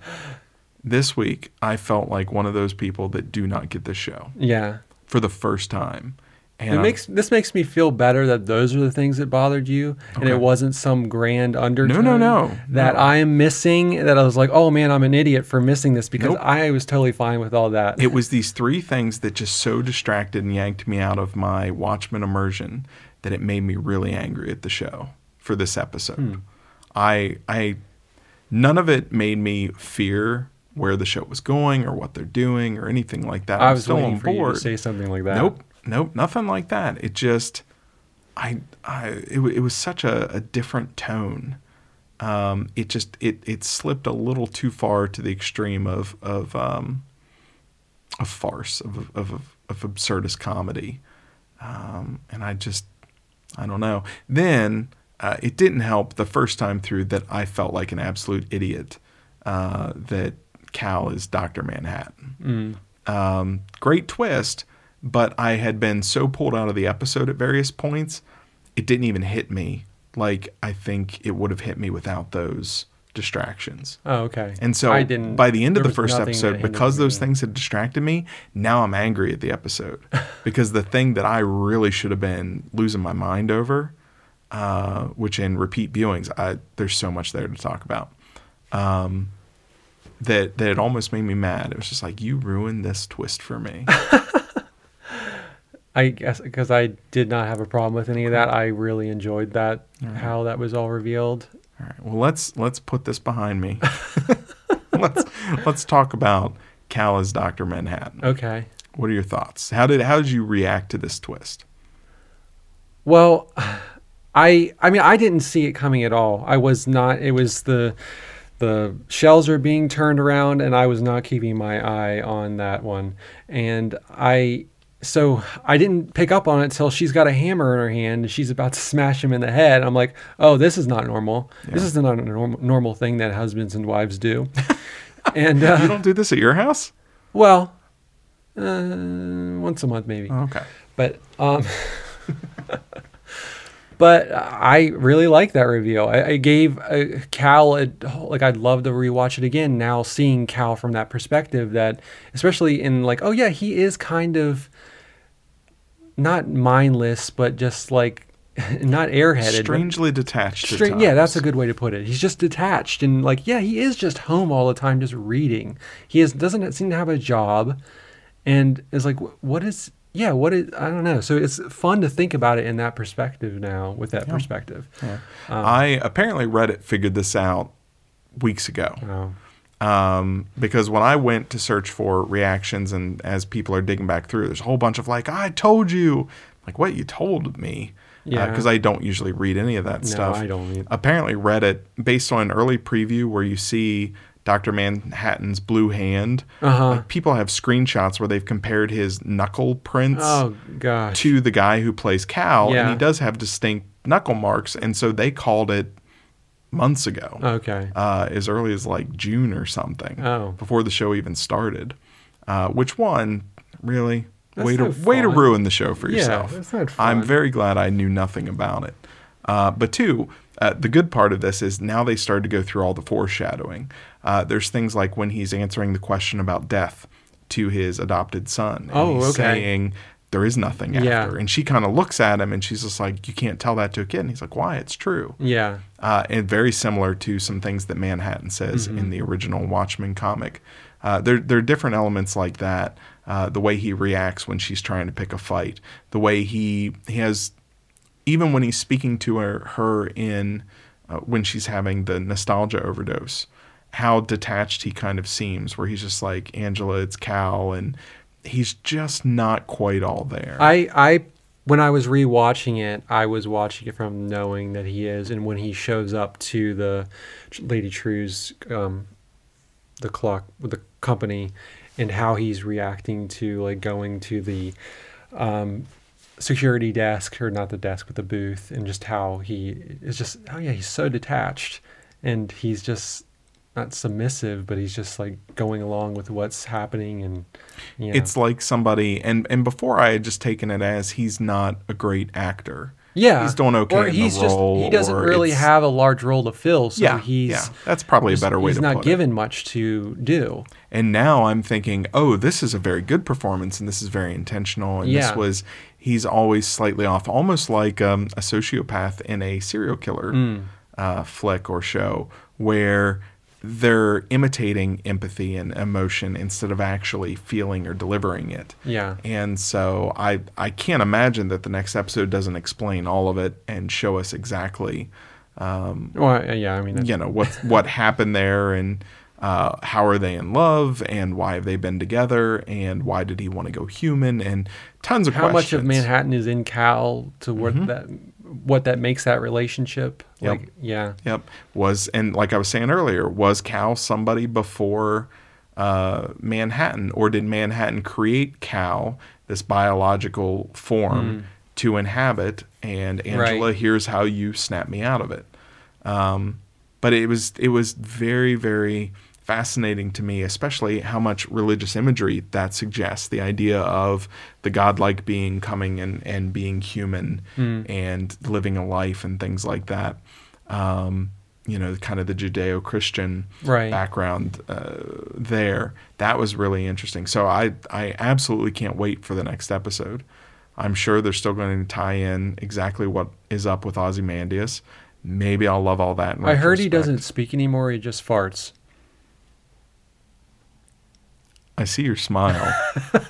Speaker 1: this week, I felt like one of those people that do not get the show
Speaker 2: yeah.
Speaker 1: for the first time. And
Speaker 2: It
Speaker 1: I'm-
Speaker 2: makes this makes me feel better that those are the things that bothered you, and
Speaker 1: Okay.
Speaker 2: it wasn't some grand undertone.
Speaker 1: no,
Speaker 2: That
Speaker 1: no.
Speaker 2: I am missing. That I was like, oh man, I'm an idiot for missing this because
Speaker 1: Nope.
Speaker 2: I was totally fine with all that.
Speaker 1: it was these three things that just so distracted and yanked me out of my Watchmen immersion that it made me really angry at the show for for this episode.
Speaker 2: Hmm.
Speaker 1: I I none of it made me fear where the show was going or what they're doing or anything like that.
Speaker 2: I
Speaker 1: I'm
Speaker 2: was
Speaker 1: still
Speaker 2: waiting
Speaker 1: on
Speaker 2: for you
Speaker 1: board.
Speaker 2: to say something like that.
Speaker 1: Nope, nope, nothing like that. It just, I, I, it, wa- it was such a, a different tone. Um, it just, it, it slipped a little too far to the extreme of, of, um, a farce of, of, of, of absurdist comedy. Um, and I just, I don't know. Then uh, it didn't help the first time through that I felt like an absolute idiot uh, that Cal is Dr. Manhattan um, great twist, but I had been so pulled out of the episode at various points, it didn't even hit me like I think it would have hit me without those distractions.
Speaker 2: Oh, okay.
Speaker 1: And so
Speaker 2: I didn't.
Speaker 1: by the end of
Speaker 2: there
Speaker 1: the
Speaker 2: was
Speaker 1: first
Speaker 2: nothing that
Speaker 1: episode,
Speaker 2: hindered
Speaker 1: because those
Speaker 2: me.
Speaker 1: things had distracted me, now I'm angry at the episode because the thing that I really should have been losing my mind over, uh, which in repeat viewings, I, there's so much there to talk about. Um, that that it almost made me mad. It was just like you ruined this twist for me.
Speaker 2: I guess because I did not have a problem with any of that. I really enjoyed that how that was all revealed.
Speaker 1: All right. Well, let's let's put this behind me. let's let's talk about Cal as Doctor Manhattan.
Speaker 2: Okay.
Speaker 1: What are your thoughts? How did how did you react to this twist?
Speaker 2: Well, I I mean I didn't see it coming at all. I was not. It was the the shells are being turned around, and I was not keeping my eye on that one. And I so I didn't pick up on it till she's got a hammer in her hand and she's about to smash him in the head. I'm like, oh, this is not normal. This is not a norm- normal thing that husbands and wives do. and
Speaker 1: You
Speaker 2: uh,
Speaker 1: don't do this at your house?
Speaker 2: well, uh, once a month maybe
Speaker 1: Okay.
Speaker 2: but um but i really like that reveal i, I gave uh, cal a, like i'd love to rewatch it again now seeing cal from that perspective that especially in like oh yeah he is kind of not mindless but just like not airheaded but-
Speaker 1: Strangely detached. at
Speaker 2: Straight, yeah, that's a
Speaker 1: times.
Speaker 2: good way to put it. He's just detached and like, yeah, he is just home all the time, just reading. He is doesn't seem to have a job, and is like, wh- what is? Yeah, what is? I don't know. So it's fun to think about it in that perspective now, with that perspective. Um,
Speaker 1: I apparently Reddit figured this out weeks ago.
Speaker 2: Oh,
Speaker 1: um, because when I went to search for reactions and as people are digging back through, there's a whole bunch of like, I told you, like what you told me,
Speaker 2: Yeah.
Speaker 1: because I don't usually read any of that
Speaker 2: No,
Speaker 1: stuff.
Speaker 2: I don't either.
Speaker 1: Apparently, Reddit, based on an early preview where you see Doctor Manhattan's blue hand,
Speaker 2: Uh-huh.
Speaker 1: like, people have screenshots where they've compared his knuckle prints
Speaker 2: oh gosh.
Speaker 1: to the guy who plays Cal, and
Speaker 2: Yeah.
Speaker 1: he does have distinct knuckle marks, and so they called it months ago
Speaker 2: Okay.
Speaker 1: uh, as early as like June or something
Speaker 2: Oh.
Speaker 1: before the show even started. Uh, which one really
Speaker 2: That's
Speaker 1: way to
Speaker 2: no
Speaker 1: way to
Speaker 2: fun.
Speaker 1: ruin the show for
Speaker 2: Yeah,
Speaker 1: yourself.
Speaker 2: that's not
Speaker 1: I'm
Speaker 2: fun.
Speaker 1: very glad I knew nothing about it. Uh, but two, uh, the good part of this is now they started to go through all the foreshadowing. Uh, there's things like when he's answering the question about death to his adopted son. And
Speaker 2: Oh,
Speaker 1: he's
Speaker 2: okay.
Speaker 1: Saying there is nothing after,
Speaker 2: Yeah.
Speaker 1: and she kind of looks at him and she's just like, "You can't tell that to a kid." And he's like, "Why? It's true."
Speaker 2: Yeah.
Speaker 1: uh, and very similar to some things that Manhattan says in the original Watchmen comic. Uh, there, there are different elements like that. Uh, the way he reacts when she's trying to pick a fight, the way he he has, even when he's speaking to her, her in uh, when she's having the nostalgia overdose, how detached he kind of seems. Where he's just like Angela, it's Cal, and he's just not quite all there.
Speaker 2: I I when I was rewatching it, I was watching it from knowing that he is, and when he shows up to the Tr- Lady True's um, the clock with the company, and how he's reacting to like going to the um, security desk or not the desk but the booth, and just how he is just oh yeah he's so detached, and he's just not submissive, but he's just like going along with what's happening, and you know.
Speaker 1: It's like somebody, and and before I had just taken it as he's not a great actor.
Speaker 2: Yeah,
Speaker 1: he's doing okay
Speaker 2: Or
Speaker 1: in
Speaker 2: he's
Speaker 1: the
Speaker 2: just
Speaker 1: role.
Speaker 2: he doesn't
Speaker 1: or
Speaker 2: really
Speaker 1: it's-
Speaker 2: have a large role to fill, so
Speaker 1: yeah,
Speaker 2: he's
Speaker 1: yeah. That's probably a better way
Speaker 2: he's
Speaker 1: to
Speaker 2: not
Speaker 1: put it.
Speaker 2: given much to do.
Speaker 1: And now I'm thinking, oh, this is a very good performance, and this is very intentional, and this
Speaker 2: Yeah.
Speaker 1: was he's always slightly off, almost like um, a sociopath in a serial killer
Speaker 2: Hmm.
Speaker 1: uh, flick or show where they're imitating empathy and emotion instead of actually feeling or delivering it.
Speaker 2: Yeah,
Speaker 1: And so I I can't imagine that the next episode doesn't explain all of it and show us exactly
Speaker 2: Well, I- yeah, I mean, that's,
Speaker 1: you know what what happened there and uh, how are they in love and why have they been together and why did he want to go human and tons of
Speaker 2: how much
Speaker 1: questions. Mm-hmm.
Speaker 2: of Manhattan is in Cal to what that what that makes that relationship?
Speaker 1: Yep.
Speaker 2: Like, yeah,
Speaker 1: Yep. Was and like I was saying earlier, was Cal somebody before uh, Manhattan, or did Manhattan create Cal, this biological form, to inhabit? And Angela,
Speaker 2: Hmm. Right.
Speaker 1: here's how you snap me out of it. Um, but it was it was very very fascinating to me, especially how much religious imagery that suggests. The idea of the godlike being coming and and being human and living a life and things like that. Um, you know, kind of the Judeo-Christian
Speaker 2: Right.
Speaker 1: background uh, there. That was really interesting. So I I absolutely can't wait for the next episode. I'm sure they're still going to tie in exactly what is up with Ozymandias. Maybe I'll love all that. in
Speaker 2: I heard he
Speaker 1: retrospect.
Speaker 2: doesn't speak anymore. He just farts.
Speaker 1: I see your smile,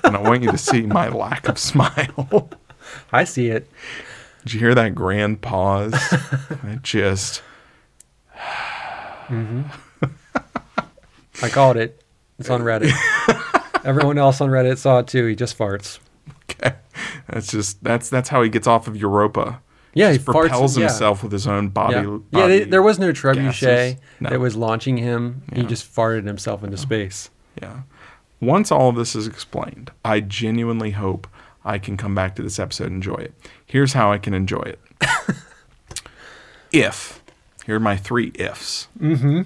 Speaker 1: and I want you to see my lack of smile.
Speaker 2: I see it.
Speaker 1: Did you hear that grand pause? It just
Speaker 2: I called it. It's on Reddit. Everyone else on Reddit saw it too. He just farts.
Speaker 1: that's just that's that's how he gets off of Europa.
Speaker 2: Yeah,
Speaker 1: just
Speaker 2: he farts-
Speaker 1: propels
Speaker 2: yeah.
Speaker 1: himself with his own body.
Speaker 2: yeah,
Speaker 1: body
Speaker 2: yeah they, there was no trebuchet
Speaker 1: gases. No.
Speaker 2: that was launching him. He
Speaker 1: Yeah. Oh.
Speaker 2: just farted himself into space.
Speaker 1: Yeah. Once all of this is explained, I genuinely hope I can come back to this episode and enjoy it. Here's how I can enjoy it. if, here are my three ifs. Mm-hmm.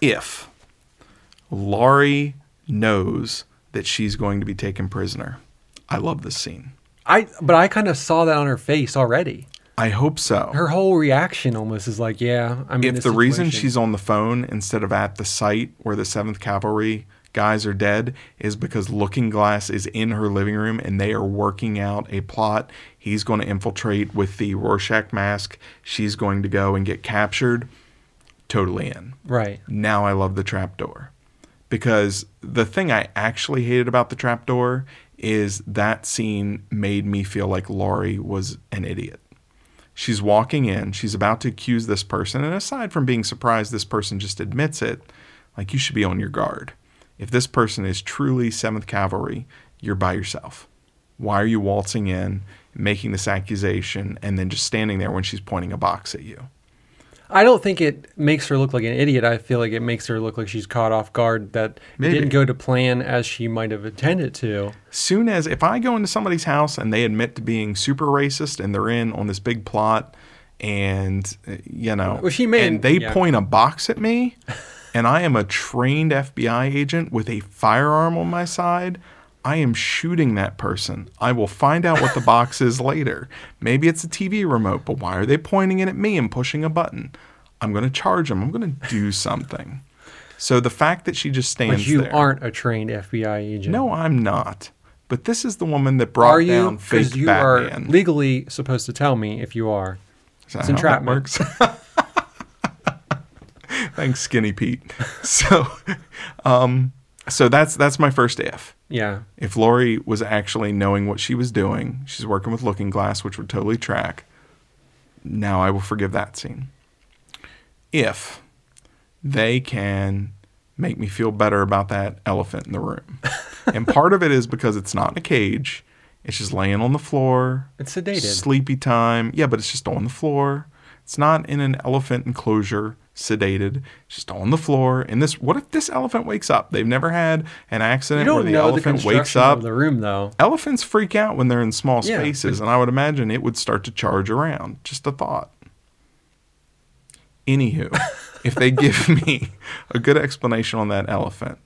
Speaker 1: If Laurie knows that she's going to be taken prisoner, I love this scene.
Speaker 2: I but I kind of saw that on her face already.
Speaker 1: I hope so.
Speaker 2: Her whole reaction almost is like, yeah, I'm in
Speaker 1: if the
Speaker 2: this
Speaker 1: reason
Speaker 2: situation.
Speaker 1: she's on the phone instead of at the site where the 7th Cavalry guys are dead is because Looking Glass is in her living room and they are working out a plot. He's going to infiltrate with the Rorschach mask. She's going to go and get captured. Totally in.
Speaker 2: right.
Speaker 1: Now I love the trapdoor. Because the thing I actually hated about the trapdoor is that scene made me feel like Laurie was an idiot. She's walking in, she's about to accuse this person, and aside from being surprised this person just admits it, like you should be on your guard. If this person is truly 7th Cavalry, you're by yourself. Why are you waltzing in, making this accusation, and then just standing there when she's pointing a box at you?
Speaker 2: I don't think it makes her look like an idiot. I feel like it makes her look like she's caught off guard that it
Speaker 1: Maybe.
Speaker 2: didn't go to plan as she might have intended to.
Speaker 1: soon as if I go into somebody's house and they admit to being super racist and they're in on this big plot and uh, you know
Speaker 2: Well, she may-
Speaker 1: and they
Speaker 2: yeah.
Speaker 1: point a box at me and I am a trained FBI agent with a firearm on my side I am shooting that person. I will find out what the box is later. Maybe it's a TV remote, but why are they pointing it at me and pushing a button? I'm going to charge them. I'm going to do something. So the fact that she just stands
Speaker 2: But you
Speaker 1: there.
Speaker 2: aren't a trained FBI agent.
Speaker 1: No, I'm not. But this is the woman that brought
Speaker 2: are you?
Speaker 1: down fake
Speaker 2: Because you
Speaker 1: Batman.
Speaker 2: are legally supposed to tell me if you are.
Speaker 1: Is that how
Speaker 2: it's
Speaker 1: that
Speaker 2: entrapment.
Speaker 1: works? Thanks, Skinny Pete. So, um, so that's that's my first if.
Speaker 2: Yeah.
Speaker 1: If Lori was actually knowing what she was doing, she's working with Looking Glass, which would totally track. Now I will forgive that scene. If they can make me feel better about that elephant in the room. and part of it is because it's not in a cage, it's just laying on the floor.
Speaker 2: It's sedated.
Speaker 1: Sleepy time. Yeah, but it's just on the floor. It's not in an elephant enclosure, sedated. It's just on the floor. And this, what if this elephant wakes up? They've never had an
Speaker 2: You
Speaker 1: accident where
Speaker 2: don't
Speaker 1: the
Speaker 2: know the
Speaker 1: elephant
Speaker 2: construction
Speaker 1: wakes up
Speaker 2: of the room though.
Speaker 1: elephants freak out when they're in small
Speaker 2: Yeah.
Speaker 1: spaces, and I would imagine it would start to charge around. Just a thought. Anywho, if they give me a good explanation on that elephant,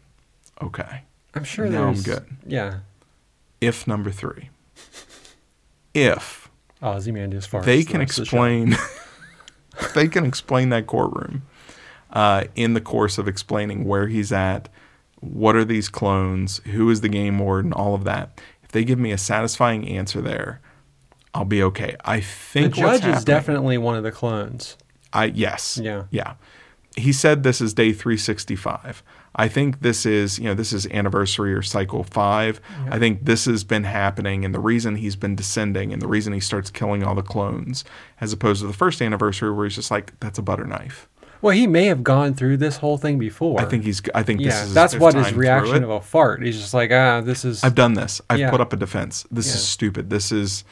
Speaker 1: okay.
Speaker 2: I'm sure
Speaker 1: Now I'm
Speaker 2: there's.
Speaker 1: good.
Speaker 2: Yeah.
Speaker 1: If number three, if
Speaker 2: Oh, Ozymandias farts.
Speaker 1: they
Speaker 2: the
Speaker 1: can
Speaker 2: rest of the show.
Speaker 1: explain they can explain that courtroom uh, in the course of explaining where he's at what are these clones who is the game warden all of that if they give me a satisfying answer there i'll be okay i
Speaker 2: The
Speaker 1: think what's
Speaker 2: judge is
Speaker 1: happening-
Speaker 2: definitely one of the clones.
Speaker 1: I yes.
Speaker 2: Yeah.
Speaker 1: Yeah. he said this is day 365. I think this is, you know, this is anniversary or cycle five. I think this has been happening, and the reason he's been descending, and the reason he starts killing all the clones, as opposed to the first anniversary where he's just like, that's a butter knife.
Speaker 2: Well, he may have gone through this whole thing before.
Speaker 1: I think he's, I think
Speaker 2: Yeah,
Speaker 1: this is.
Speaker 2: that's
Speaker 1: fifth
Speaker 2: what his
Speaker 1: time through
Speaker 2: reaction
Speaker 1: it.
Speaker 2: of a fart. He's just like, ah, this is.
Speaker 1: I've done this. I've
Speaker 2: Yeah.
Speaker 1: put up a defense. This
Speaker 2: Yeah.
Speaker 1: is stupid. This is,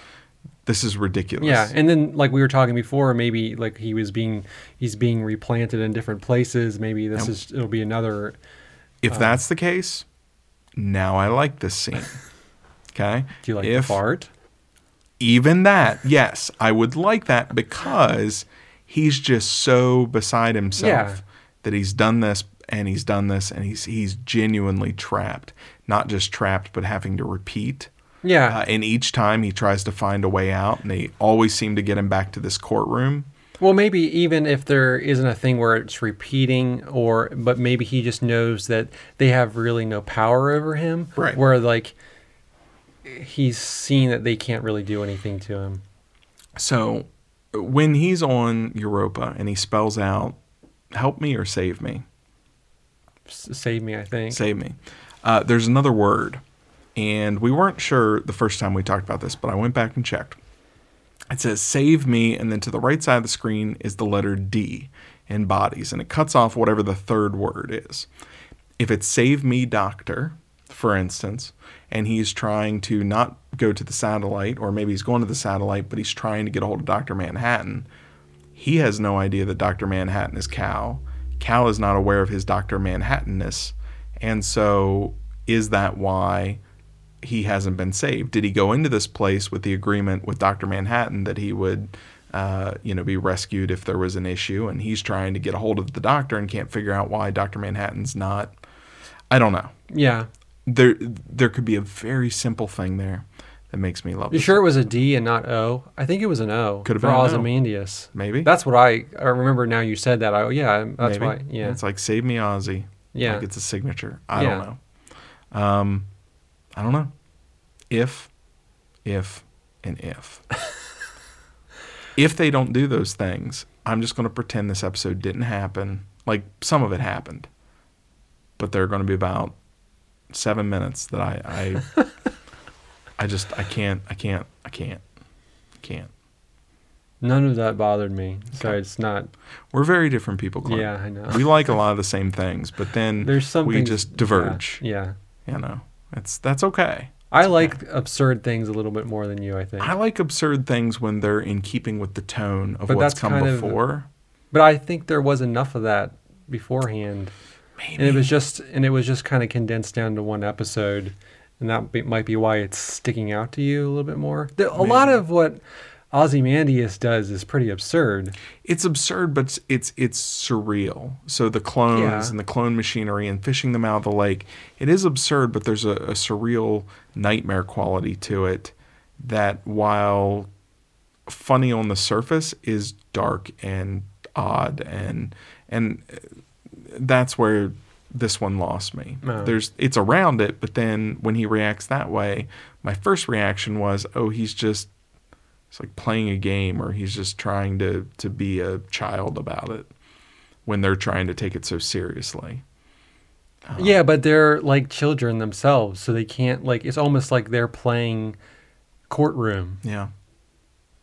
Speaker 1: this is ridiculous.
Speaker 2: yeah, and then like we were talking before, maybe like he was being he's being replanted in different places. Maybe this is it'll be another.
Speaker 1: If
Speaker 2: uh,
Speaker 1: that's the case, now I like this scene. Okay.
Speaker 2: Do you like
Speaker 1: if
Speaker 2: the fart?
Speaker 1: even that, yes, I would like that because he's just so beside himself
Speaker 2: Yeah.
Speaker 1: that he's done this and he's done this and he's he's genuinely trapped, not just trapped but having to repeat.
Speaker 2: Yeah.
Speaker 1: Uh, and each time he tries to find a way out, and they always seem to get him back to this courtroom.
Speaker 2: Well, maybe even if there isn't a thing where it's repeating, or but maybe he just knows that they have really no power over him.
Speaker 1: Right.
Speaker 2: Where like he's seen that they can't really do anything to him.
Speaker 1: So when he's on Europa and he spells out, "Help me or save me."
Speaker 2: S- save me, I think.
Speaker 1: Save me. Uh, there's another word, and we weren't sure the first time we talked about this, but I went back and checked. It says save me, and then to the right side of the screen is the letter D in bodies, and it cuts off whatever the third word is. If it's save me, doctor, for instance, and he's trying to not go to the satellite, or maybe he's going to the satellite, but he's trying to get a hold of Dr. Manhattan, he has no idea that Dr. Manhattan is Cal. Cal is not aware of his Dr. Manhattanness. And so, is that why he hasn't been saved? Did he go into this place with the agreement with Dr. Manhattan that he would, uh, you know, be rescued if there was an issue? And he's trying to get a hold of the doctor and can't figure out why Dr. Manhattan's not. I don't know.
Speaker 2: Yeah.
Speaker 1: There, there could be a very simple thing there that makes me love.
Speaker 2: You
Speaker 1: this.
Speaker 2: sure it was a D and not O? I think it was an O.
Speaker 1: Could've
Speaker 2: for
Speaker 1: been an O.
Speaker 2: Ozymandias.
Speaker 1: Maybe.
Speaker 2: That's what I I remember now you said that. I yeah, that's
Speaker 1: Maybe.
Speaker 2: why yeah.
Speaker 1: It's like save me Ozzy.
Speaker 2: Yeah.
Speaker 1: Like it's a signature. I
Speaker 2: Yeah.
Speaker 1: don't know. Um I don't know. If if and if. if they don't do those things, I'm just going to pretend this episode didn't happen. Like some of it happened. But there are going to be about 7 minutes that I I I just I can't I can't I can't. Can't.
Speaker 2: None of that bothered me. So it's not
Speaker 1: We're very different people, Clark.
Speaker 2: Yeah, I know.
Speaker 1: We like a lot of the same things, but then
Speaker 2: There's something
Speaker 1: we just diverge.
Speaker 2: Yeah. yeah.
Speaker 1: You know, it's that's okay.
Speaker 2: I like absurd things a little bit more than you, I think.
Speaker 1: I like absurd things when they're in keeping with the tone of
Speaker 2: But
Speaker 1: what's
Speaker 2: that's
Speaker 1: come
Speaker 2: kind of-
Speaker 1: before.
Speaker 2: But I think there was enough of that beforehand, and
Speaker 1: Maybe
Speaker 2: it was just and it was just kind of condensed down to one episode, and that be, might be why it's sticking out to you a little bit more. The, a lot
Speaker 1: Maybe.
Speaker 2: of what Ozymandias does is pretty absurd.
Speaker 1: it's absurd, but it's- it's it's surreal. So the clones
Speaker 2: Yeah.
Speaker 1: and the clone machinery and fishing them out of the lake, it is absurd, but there's a, a surreal nightmare quality to it that, while funny on the surface, is dark and odd and and that's where this one lost me.
Speaker 2: Oh.
Speaker 1: There's it's around it, but then when he reacts that way, my first reaction was, oh, he's just it's like playing a game or he's just trying to to be a child about it when they're trying to take it so seriously. Uh-huh.
Speaker 2: Yeah, but they're like children themselves, so they can't like it's almost like they're playing courtroom.
Speaker 1: Yeah.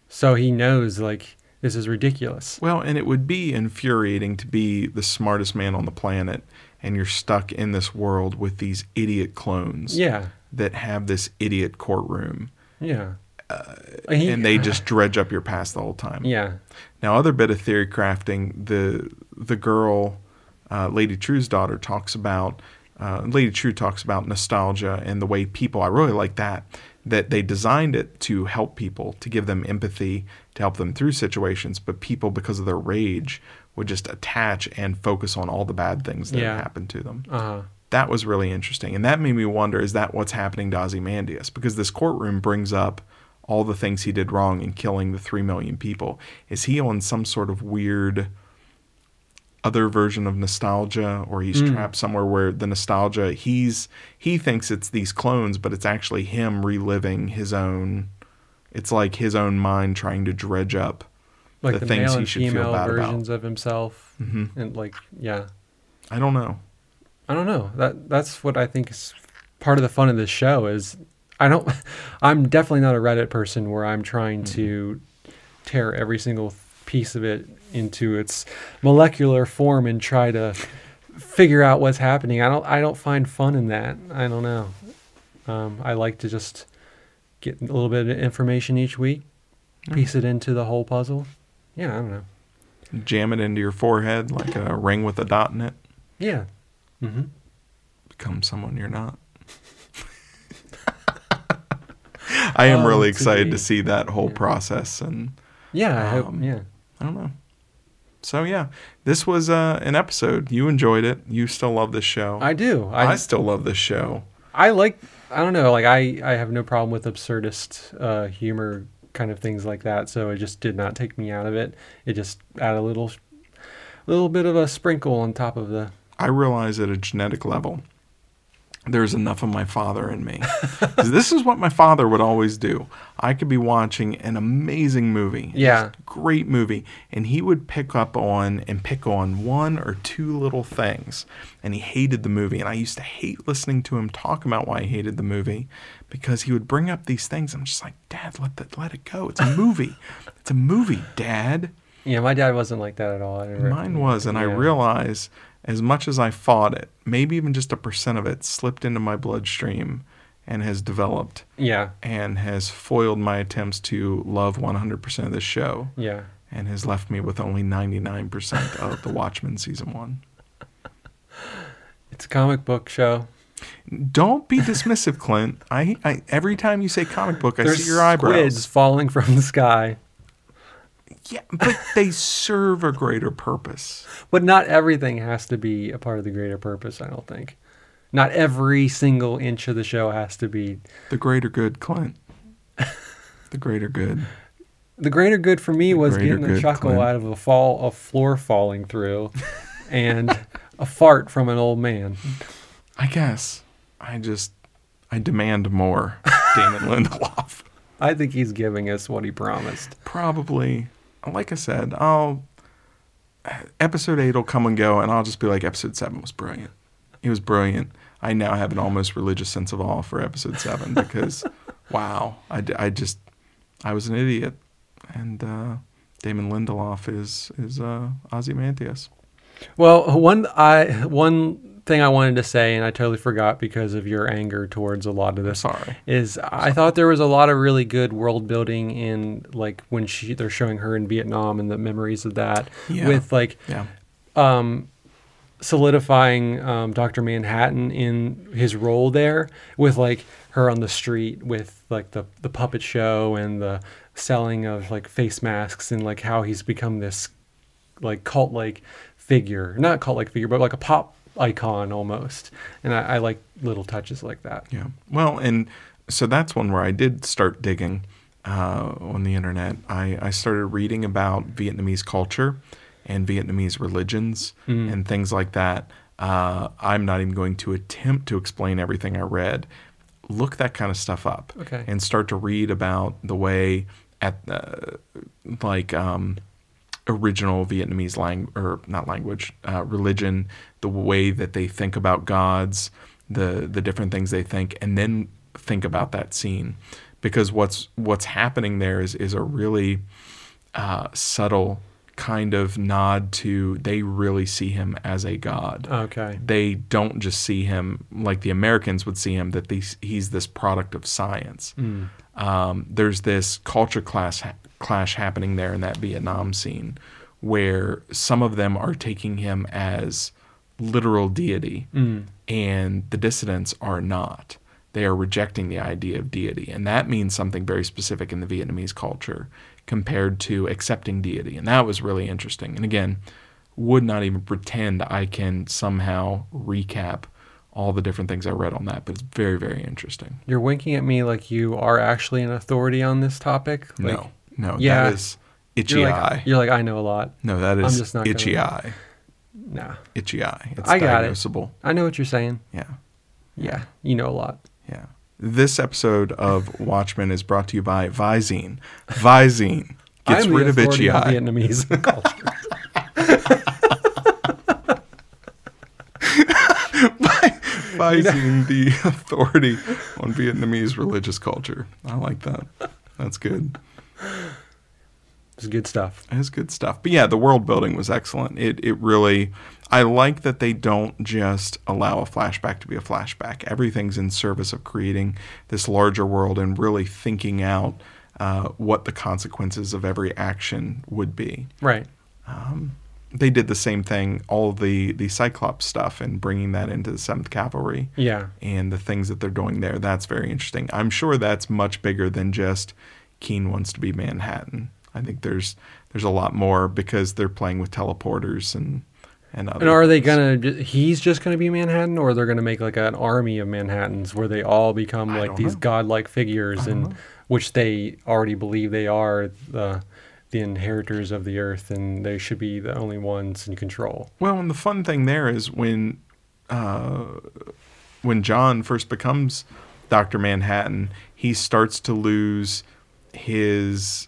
Speaker 2: So he knows like this is ridiculous.
Speaker 1: Well, and it would be infuriating to be the smartest man on the planet and you're stuck in this world with these idiot clones
Speaker 2: Yeah.
Speaker 1: that have this idiot courtroom
Speaker 2: Yeah. Uh,
Speaker 1: and they just dredge up your past the whole time.
Speaker 2: yeah.
Speaker 1: Now, other bit of theory crafting, the the girl, uh, Lady True's daughter, talks about uh, Lady True talks about nostalgia and the way people. I really like that that they designed it to help people, to give them empathy, to help them through situations. But people, because of their rage, would just attach and focus on all the bad things that
Speaker 2: Yeah.
Speaker 1: happened to them.
Speaker 2: Uh-huh.
Speaker 1: That was really interesting. And that made me wonder is that what's happening to Ozymandias? Because this courtroom brings up all the things he did wrong in killing the 3 million people. Is he on some sort of weird other version of nostalgia or he's trapped somewhere where the nostalgia he's he thinks it's these clones but it's actually him reliving his own it's like his own mind trying to dredge up
Speaker 2: like
Speaker 1: the
Speaker 2: the,
Speaker 1: things
Speaker 2: male
Speaker 1: he
Speaker 2: and
Speaker 1: should feel
Speaker 2: female
Speaker 1: bad about. Mm-hmm.
Speaker 2: versions of himself, and like yeah,
Speaker 1: I don't know.
Speaker 2: I don't know. That that's what I think is part of the fun of this show is I don't I'm definitely not a Reddit person where I'm trying
Speaker 1: Mm-hmm.
Speaker 2: to tear every single piece of it into its molecular form and try to figure out what's happening. I don't I don't find fun in that. I don't know. Um, I like to just get a little bit of information each week, piece it into the whole puzzle. Yeah, I don't know.
Speaker 1: Jam it into your forehead like a ring with a dot in it.
Speaker 2: Yeah.
Speaker 1: Mm-hmm.
Speaker 2: hmm
Speaker 1: Become someone you're not. I am
Speaker 2: Oh,
Speaker 1: really
Speaker 2: it's a
Speaker 1: excited to
Speaker 2: game.
Speaker 1: see that whole
Speaker 2: Yeah.
Speaker 1: process and
Speaker 2: Yeah, I hope
Speaker 1: Um,
Speaker 2: yeah.
Speaker 1: I don't know. So yeah, this was uh, an episode. You enjoyed it. You still love this show.
Speaker 2: I do.
Speaker 1: I still love this show.
Speaker 2: I like I don't know, like I I have no problem with absurdist uh humor kind of things like that, so it just did not take me out of it. It just added a little little bit of a sprinkle on top of the
Speaker 1: I realize at a genetic level, there's enough of my father in me. 'Cause this is what my father would always do. I could be watching an amazing movie,
Speaker 2: Yeah.
Speaker 1: just great movie, and he would pick up on and pick on one or two little things. And he hated the movie. And I used to hate listening to him talk about why he hated the movie because he would bring up these things. I'm just like, Dad, let that let it go. It's a movie. it's a movie, Dad.
Speaker 2: Yeah, my dad wasn't like that at all. I never,
Speaker 1: Mine was, and I
Speaker 2: yeah.
Speaker 1: realize as much as I fought it, maybe even just a percent of it slipped into my bloodstream and has developed
Speaker 2: Yeah.
Speaker 1: and has foiled my attempts to love 100% of this show
Speaker 2: Yeah.
Speaker 1: and has left me with only 99% of The Watchmen season one.
Speaker 2: It's a comic book show.
Speaker 1: Don't be dismissive, Clint. I, I every time you say comic book, I see your
Speaker 2: squids
Speaker 1: eyebrows.
Speaker 2: falling from the sky.
Speaker 1: Yeah, but they serve a greater purpose.
Speaker 2: But not everything has to be a part of the greater purpose, I don't think. Not every single inch of the show has to be
Speaker 1: The greater good, Clint. The greater good.
Speaker 2: the greater good for me was
Speaker 1: greater
Speaker 2: getting a
Speaker 1: good,
Speaker 2: chuckle
Speaker 1: Clint.
Speaker 2: out of a fall a floor falling through and a fart from an old man
Speaker 1: I guess. I just I demand more, Damon Lindelof.
Speaker 2: i think he's giving us what he promised
Speaker 1: Probably. Like I said, I'll episode eight will come and go, and I'll just be like, episode seven was brilliant. It was brilliant. I now have an almost religious sense of awe for episode seven because, wow, I, d- I just I was an idiot, and uh, Damon Lindelof is is uh, Ozymandias.
Speaker 2: well one i one thing i wanted to say and i totally forgot because of your anger towards a lot of this
Speaker 1: Sorry.
Speaker 2: is I thought there was a lot of really good world building in like when she they're showing her in Vietnam and the memories of that
Speaker 1: Yeah.
Speaker 2: with like
Speaker 1: Yeah.
Speaker 2: um, solidifying um, Dr. Manhattan in his role there with like her on the street with like the, the puppet show and the selling of like face masks and like how he's become this like cult like figure, not cult like figure, but like a pop icon almost. And I, I like little touches like that.
Speaker 1: Yeah. Well, and so that's one where I did start digging uh, on the internet. I, I started reading about Vietnamese culture and Vietnamese religions
Speaker 2: Mm-hmm.
Speaker 1: and things like that. Uh, I'm not even going to attempt to explain everything I read. Look that kind of stuff up
Speaker 2: Okay.
Speaker 1: and start to read about the way at uh, like um, original Vietnamese language or not language uh, religion, the way that they think about gods, the the different things they think, and then think about that scene, because what's what's happening there is is a really uh, subtle kind of nod to they really see him as a god
Speaker 2: Okay.
Speaker 1: they don't just see him like the Americans would see him that these, he's this product of science. Um, there's this culture class clash happening there in that Vietnam scene, where some of them are taking him as literal deity, and the dissidents are not. They are rejecting the idea of deity, and that means something very specific in the Vietnamese culture compared to accepting deity, and that was really interesting. And again would not even pretend I can somehow recap all the different things I read on that, but it's very, very interesting.
Speaker 2: You're winking at me like you are actually an authority on this topic. Like,
Speaker 1: no, no,
Speaker 2: yeah.
Speaker 1: that is itchy
Speaker 2: You're like,
Speaker 1: eye.
Speaker 2: you're like, I know a lot.
Speaker 1: no, that is
Speaker 2: just not
Speaker 1: itchy
Speaker 2: gonna-
Speaker 1: eye.
Speaker 2: Nah.
Speaker 1: Itchy eye. It's
Speaker 2: I got it.
Speaker 1: diagnosable.
Speaker 2: I know what you're saying.
Speaker 1: Yeah,
Speaker 2: Yeah, you know a lot.
Speaker 1: yeah. This episode of Watchmen is brought to you by Visine. Visine. Gets
Speaker 2: I'm
Speaker 1: rid
Speaker 2: the
Speaker 1: of
Speaker 2: authority
Speaker 1: itchy
Speaker 2: on
Speaker 1: eye.
Speaker 2: Vietnamese culture.
Speaker 1: by being the authority on Vietnamese religious culture. I like that. That's good.
Speaker 2: It's good stuff.
Speaker 1: That's good stuff. But yeah, the world building was excellent. It it really I like that they don't just allow a flashback to be a flashback. Everything's in service of creating this larger world and really thinking out uh, what the consequences of every action would be.
Speaker 2: Right.
Speaker 1: They did the same thing, all the the Cyclops stuff, and bringing that into the Seventh Cavalry.
Speaker 2: Yeah.
Speaker 1: and the things that they're doing there. That's very interesting. I'm sure that's much bigger than just Keen wants to be Manhattan. I think there's there's a lot more because they're playing with teleporters and and other.
Speaker 2: And are they
Speaker 1: things.
Speaker 2: gonna? ju- He's just gonna be Manhattan, or they're gonna make like an army of Manhattans where they all become
Speaker 1: I
Speaker 2: like
Speaker 1: don't
Speaker 2: these
Speaker 1: know.
Speaker 2: godlike figures, and which they already believe they are the the inheritors of the earth, and they should be the only ones in control.
Speaker 1: Well, and the fun thing there is when uh, when John first becomes Doctor Manhattan, he starts to lose his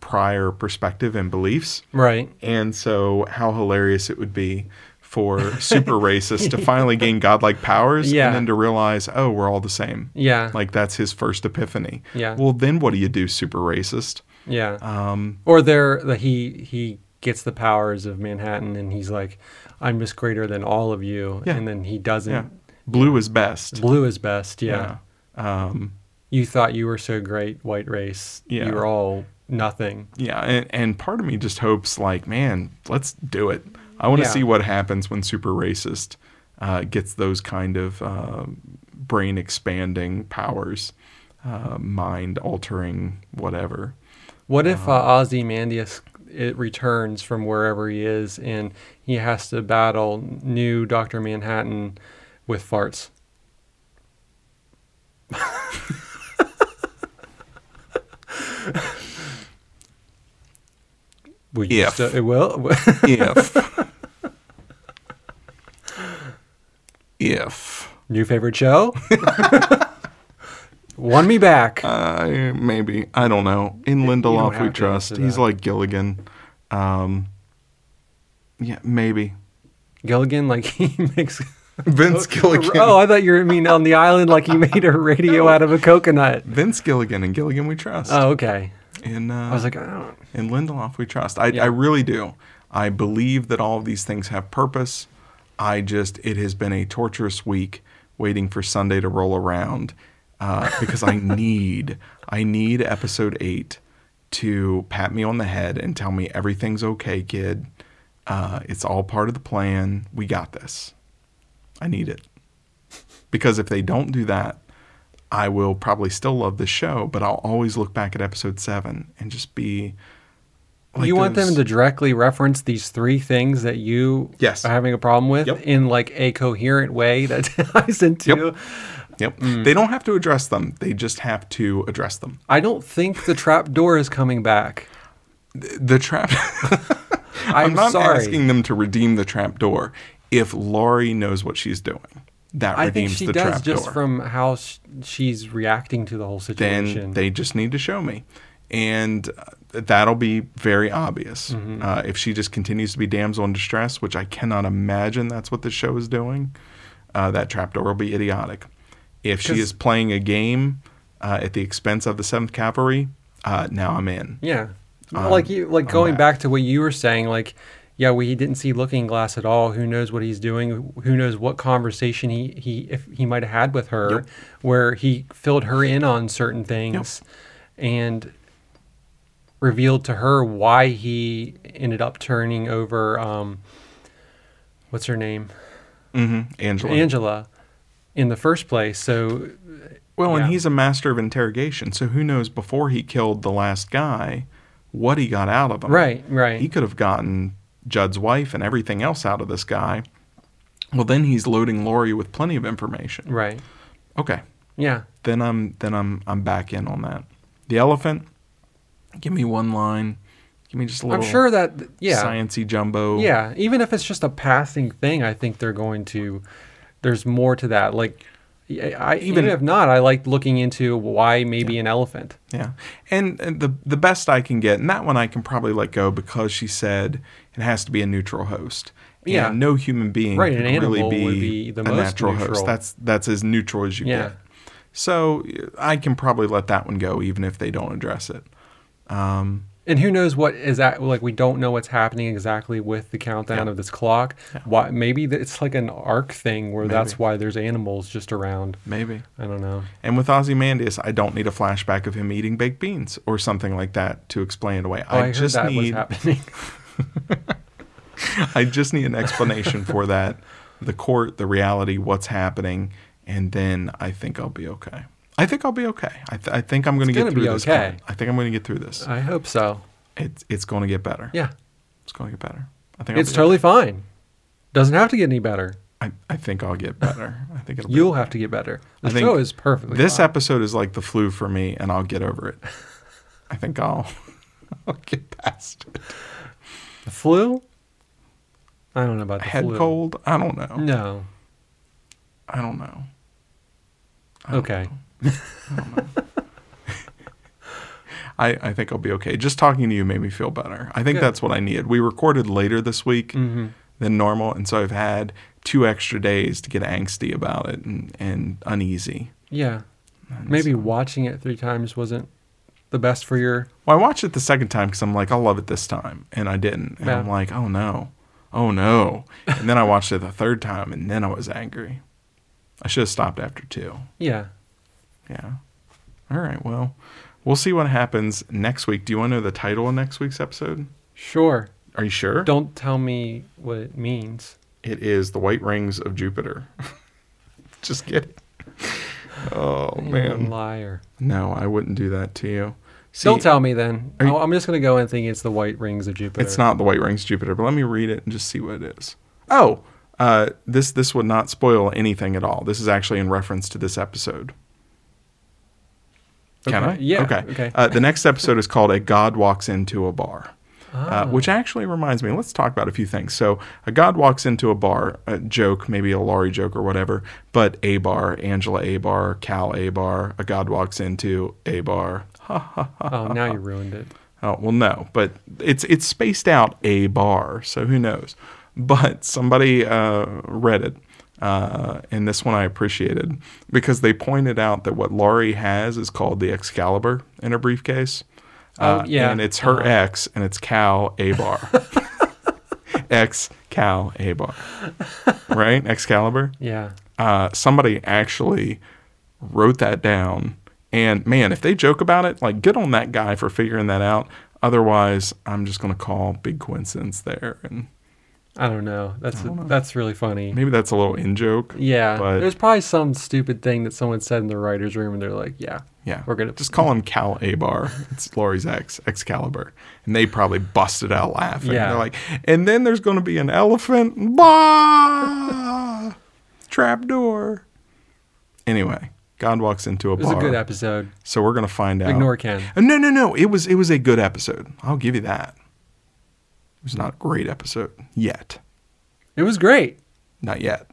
Speaker 1: prior perspective and beliefs.
Speaker 2: Right.
Speaker 1: And so, how hilarious it would be for super racists to finally gain godlike powers
Speaker 2: Yeah.
Speaker 1: and then to realize, oh, we're all the same.
Speaker 2: Yeah.
Speaker 1: Like, that's his first epiphany.
Speaker 2: Yeah.
Speaker 1: Well, then what do you do, super racist?
Speaker 2: yeah.
Speaker 1: Um,
Speaker 2: or they're the, he he gets the powers of Manhattan, and he's like, I'm just greater than all of you,
Speaker 1: Yeah.
Speaker 2: and then he doesn't.
Speaker 1: yeah. Blue is best.
Speaker 2: Blue is best. yeah.
Speaker 1: Yeah. Um,
Speaker 2: You thought you were so great, white race.
Speaker 1: Yeah.
Speaker 2: You were all nothing.
Speaker 1: yeah. And, and part of me just hopes, like, man, let's do it. I want to
Speaker 2: Yeah.
Speaker 1: see what happens when super racist uh, gets those kind of uh, brain expanding powers, uh, mind altering, whatever.
Speaker 2: What if uh,
Speaker 1: Uh-huh.
Speaker 2: Ozymandias it returns from wherever he is and he has to battle new Doctor Manhattan with farts? Will you
Speaker 1: If.
Speaker 2: still- it will.
Speaker 1: if if
Speaker 2: New favorite show. Won me back.
Speaker 1: uh, maybe I don't know. In Lindelof
Speaker 2: have
Speaker 1: we
Speaker 2: to
Speaker 1: trust.
Speaker 2: answer
Speaker 1: He's
Speaker 2: that.
Speaker 1: like Gilligan. Um, yeah, maybe
Speaker 2: Gilligan, like he makes.
Speaker 1: Vince Gilligan.
Speaker 2: Oh, I thought you were mean on the island, like he made a radio out of a coconut.
Speaker 1: Vince Gilligan and Gilligan we trust.
Speaker 2: Oh, okay.
Speaker 1: in uh,
Speaker 2: I was like, I don't.
Speaker 1: in Lindelof we trust. I,
Speaker 2: Yeah.
Speaker 1: I really do. I believe that all of these things have purpose. I just it has been a torturous week waiting for Sunday to roll around uh, because I need I need episode eight to pat me on the head and tell me everything's okay, kid. Uh, it's all part of the plan. We got this. I need it because if they don't do that, I will probably still love this show, but I'll always look back at episode seven and just be. like
Speaker 2: you want them
Speaker 1: those-
Speaker 2: to directly reference these three things that you
Speaker 1: Yes.
Speaker 2: are having a problem with
Speaker 1: Yep.
Speaker 2: in like a coherent way that ties into.
Speaker 1: Yep.
Speaker 2: Mm.
Speaker 1: They don't have to address them. They just have to address them.
Speaker 2: I don't think the trap door is coming back.
Speaker 1: Th- The trap.
Speaker 2: I'm,
Speaker 1: not
Speaker 2: sorry.
Speaker 1: asking them to redeem the trap door. If Laurie knows what she's doing, that
Speaker 2: I think
Speaker 1: redeems
Speaker 2: she
Speaker 1: the
Speaker 2: does
Speaker 1: trap
Speaker 2: just
Speaker 1: door.
Speaker 2: from how sh- she's reacting to the whole situation.
Speaker 1: then they just need to show me. And uh, that'll be very obvious.
Speaker 2: Mm-hmm.
Speaker 1: Uh, if she just continues to be damsel in distress, which I cannot imagine that's what this show is doing, uh, that trapdoor will be idiotic. If she
Speaker 2: 'Cause-
Speaker 1: is playing a game uh, at the expense of the 7th Cavalry, uh, now I'm in.
Speaker 2: Yeah.
Speaker 1: on-
Speaker 2: like you like
Speaker 1: Um, on
Speaker 2: going
Speaker 1: that.
Speaker 2: back to what you were saying like yeah, we didn't see Looking Glass at all. Who knows what he's doing? Who knows what conversation he he if he might have had with her
Speaker 1: Yep.
Speaker 2: where he filled her in on certain things and revealed to her why he ended up turning over um what's her name?
Speaker 1: hmm
Speaker 2: Mm-hmm.
Speaker 1: Angela.
Speaker 2: Angela in the first place. So
Speaker 1: well,
Speaker 2: yeah.
Speaker 1: and he's a master of interrogation. So who knows before he killed the last guy what he got out of him.
Speaker 2: right, right.
Speaker 1: Um, he could have gotten Judd's wife and everything else out of this guy. Well, then he's loading Lori with plenty of information.
Speaker 2: right.
Speaker 1: Okay,
Speaker 2: Yeah.
Speaker 1: then I'm then I'm I'm back in on that. The elephant. Give me one line. Give me just a
Speaker 2: I'm
Speaker 1: little.
Speaker 2: sure that yeah.
Speaker 1: Sciency jumbo.
Speaker 2: Yeah, even if it's just a passing thing, I think they're going to. There's more to that. Like Yeah, I even, if not, I like looking into why maybe an elephant.
Speaker 1: Yeah. And, and the the best I can get, and that one I can probably let go because she said it has to be a neutral host.
Speaker 2: Yeah.
Speaker 1: Yeah. no human being
Speaker 2: Right,
Speaker 1: can
Speaker 2: an
Speaker 1: really
Speaker 2: animal
Speaker 1: be,
Speaker 2: would be the
Speaker 1: a
Speaker 2: most
Speaker 1: natural
Speaker 2: neutral.
Speaker 1: host. That's that's as neutral as you
Speaker 2: Yeah.
Speaker 1: get. So I can probably let that one go even if they don't address it.
Speaker 2: And who knows what is that? Like we don't know what's happening exactly with the countdown
Speaker 1: Yeah.
Speaker 2: of this clock. Why? Maybe th- it's like an arc thing where that's why there's animals just around.
Speaker 1: Maybe.
Speaker 2: I don't know.
Speaker 1: And with Ozymandias, I don't need a flashback of him eating baked beans or something like that to explain it away.
Speaker 2: Oh, I,
Speaker 1: I,
Speaker 2: heard
Speaker 1: just
Speaker 2: that was
Speaker 1: need
Speaker 2: happening.
Speaker 1: I just need an explanation for that. The court, the reality, what's happening, and then I think I'll be okay. I think I'll be okay. I, th- I think I'm going to get
Speaker 2: gonna
Speaker 1: through
Speaker 2: be
Speaker 1: this.
Speaker 2: okay.
Speaker 1: Colin. I think I'm going to get through this.
Speaker 2: I hope so.
Speaker 1: It's it's going to get better.
Speaker 2: Yeah,
Speaker 1: it's going to get better. I think I'll
Speaker 2: it's
Speaker 1: be
Speaker 2: totally fine. Doesn't have to get any better.
Speaker 1: I, I think I'll get better. I think it'll. Be,
Speaker 2: You'll have to get better. The
Speaker 1: I think
Speaker 2: show is perfectly.
Speaker 1: this
Speaker 2: fine.
Speaker 1: episode is like the flu for me, and I'll get over it. I think I'll I'll get past it.
Speaker 2: the flu. I don't know about the
Speaker 1: Head
Speaker 2: flu.
Speaker 1: cold. I don't know.
Speaker 2: No.
Speaker 1: I don't know.
Speaker 2: Okay.
Speaker 1: I, I think I'll be okay. Just talking to you made me feel better. I think
Speaker 2: Good. Mm-hmm.
Speaker 1: that's what I needed. We recorded later this week than normal, and so I've had two extra days to get angsty about it and, and uneasy.
Speaker 2: Yeah. Maybe watching it three times wasn't the best for your.
Speaker 1: Well, I watched it the second time because I'm like, I'll love it this time, and I didn't. And
Speaker 2: Yeah.
Speaker 1: I'm like, oh no, oh no. And then I watched it the third time, and then I was angry. I should have stopped after two.
Speaker 2: Yeah.
Speaker 1: Yeah. All right. Well, we'll see what happens next week. Do you want to know the title of next week's episode?
Speaker 2: Sure.
Speaker 1: Are you sure?
Speaker 2: Don't tell me what it means.
Speaker 1: It is the white rings of Jupiter. Just kidding. Oh
Speaker 2: You
Speaker 1: man.
Speaker 2: liar.
Speaker 1: No, I wouldn't do that to you. See,
Speaker 2: Don't tell me then.
Speaker 1: Are you-
Speaker 2: I'll- I'm just gonna go and think it's the white rings of Jupiter.
Speaker 1: It's not the white rings of Jupiter, but let me read it and just see what it is. Oh, uh, this this would not spoil anything at all. This is actually in reference to this episode. Can
Speaker 2: Okay.
Speaker 1: I?
Speaker 2: Yeah,
Speaker 1: Okay.
Speaker 2: okay.
Speaker 1: Uh, the next episode is called "A God Walks Into a Bar." Uh,
Speaker 2: Ah.
Speaker 1: which actually reminds me, let's talk about a few things. So, a god walks into a bar, a joke, maybe a Laurie joke or whatever, but a bar, Angela a bar, Cal a bar, a god walks into a bar.
Speaker 2: Oh, now you ruined it.
Speaker 1: Oh, well, no, but it's it's spaced out a bar, so who knows? But somebody uh, read it, uh, and this one I appreciated because they pointed out that what Laurie has is called the Excalibur in her briefcase. uh,
Speaker 2: Oh, yeah.
Speaker 1: And it's her
Speaker 2: Uh-huh.
Speaker 1: ex, and it's Cal A bar. Ex Cal A bar. Right? Excalibur?
Speaker 2: Yeah.
Speaker 1: uh, somebody actually wrote that down. And man, if they joke about it, like good on that guy for figuring that out. Otherwise, I'm just gonna call big coincidence there, and
Speaker 2: I don't know. That's that's really funny.
Speaker 1: maybe that's a little in joke.
Speaker 2: yeah.
Speaker 1: but-
Speaker 2: There's probably some stupid thing that someone said in the writers' room, and they're like, "Yeah,
Speaker 1: Yeah,
Speaker 2: we're gonna
Speaker 1: just call him Cal Abar. It's Laurie's ex, Excalibur, and they probably busted out laughing.
Speaker 2: Yeah.
Speaker 1: They're like, and then there's gonna be an elephant, bah, trap door. Anyway, God walks into a
Speaker 2: It was
Speaker 1: bar.
Speaker 2: a good episode.
Speaker 1: So we're gonna find out.
Speaker 2: Ignore Ken.
Speaker 1: Uh, No, no, no. It was it was a good episode. I'll give you that. It was not a great episode yet.
Speaker 2: It was great.
Speaker 1: Not yet.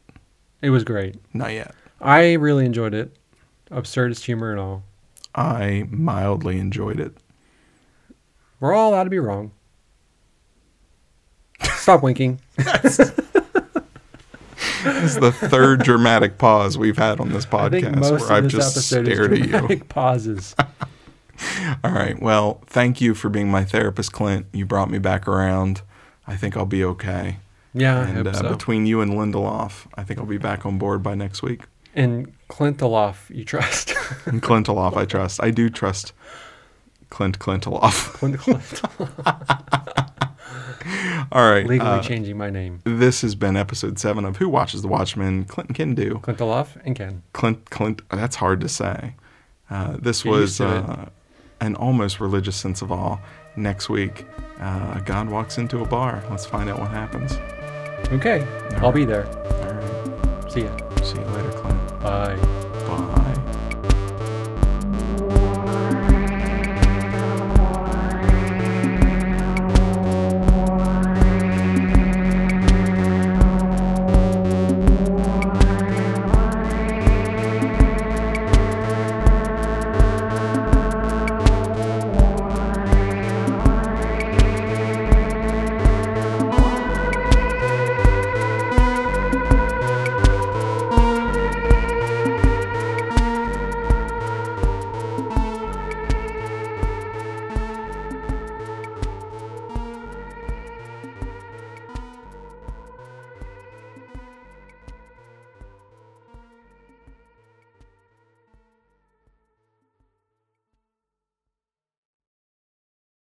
Speaker 2: It was great.
Speaker 1: Not yet.
Speaker 2: I really enjoyed it. Absurdist humor and all.
Speaker 1: I mildly enjoyed it.
Speaker 2: We're all allowed to be wrong. Stop winking.
Speaker 1: This is the third dramatic pause we've had on this
Speaker 2: I think
Speaker 1: podcast
Speaker 2: most
Speaker 1: where I've
Speaker 2: of this
Speaker 1: just
Speaker 2: episode is
Speaker 1: stared at you.
Speaker 2: dramatic pauses.
Speaker 1: All right. Well, thank you for being my therapist, Clint. You brought me back around. I think I'll be okay.
Speaker 2: Yeah, I
Speaker 1: and uh,
Speaker 2: hope so.
Speaker 1: between you and Lindelof, I think I'll be back on board by next week.
Speaker 2: and Clinteloff, you trust?
Speaker 1: And Clintaloff, I trust. I do trust Clint Clintaloff.
Speaker 2: Clint Clintaloff.
Speaker 1: All right.
Speaker 2: Legally
Speaker 1: uh,
Speaker 2: changing my name.
Speaker 1: This has been episode seven of Who Watches the Watchmen. Clinton can do.
Speaker 2: Clinteloff and Ken.
Speaker 1: Clint, Clint. uh, That's hard to say. Uh, this
Speaker 2: Get used
Speaker 1: was
Speaker 2: to it.
Speaker 1: uh, an almost religious sense of awe. Next week, uh, God walks into a bar. Let's find out what happens.
Speaker 2: Okay, I'll be there.
Speaker 1: All right.
Speaker 2: See ya.
Speaker 1: See you later, Clint.
Speaker 2: Bye.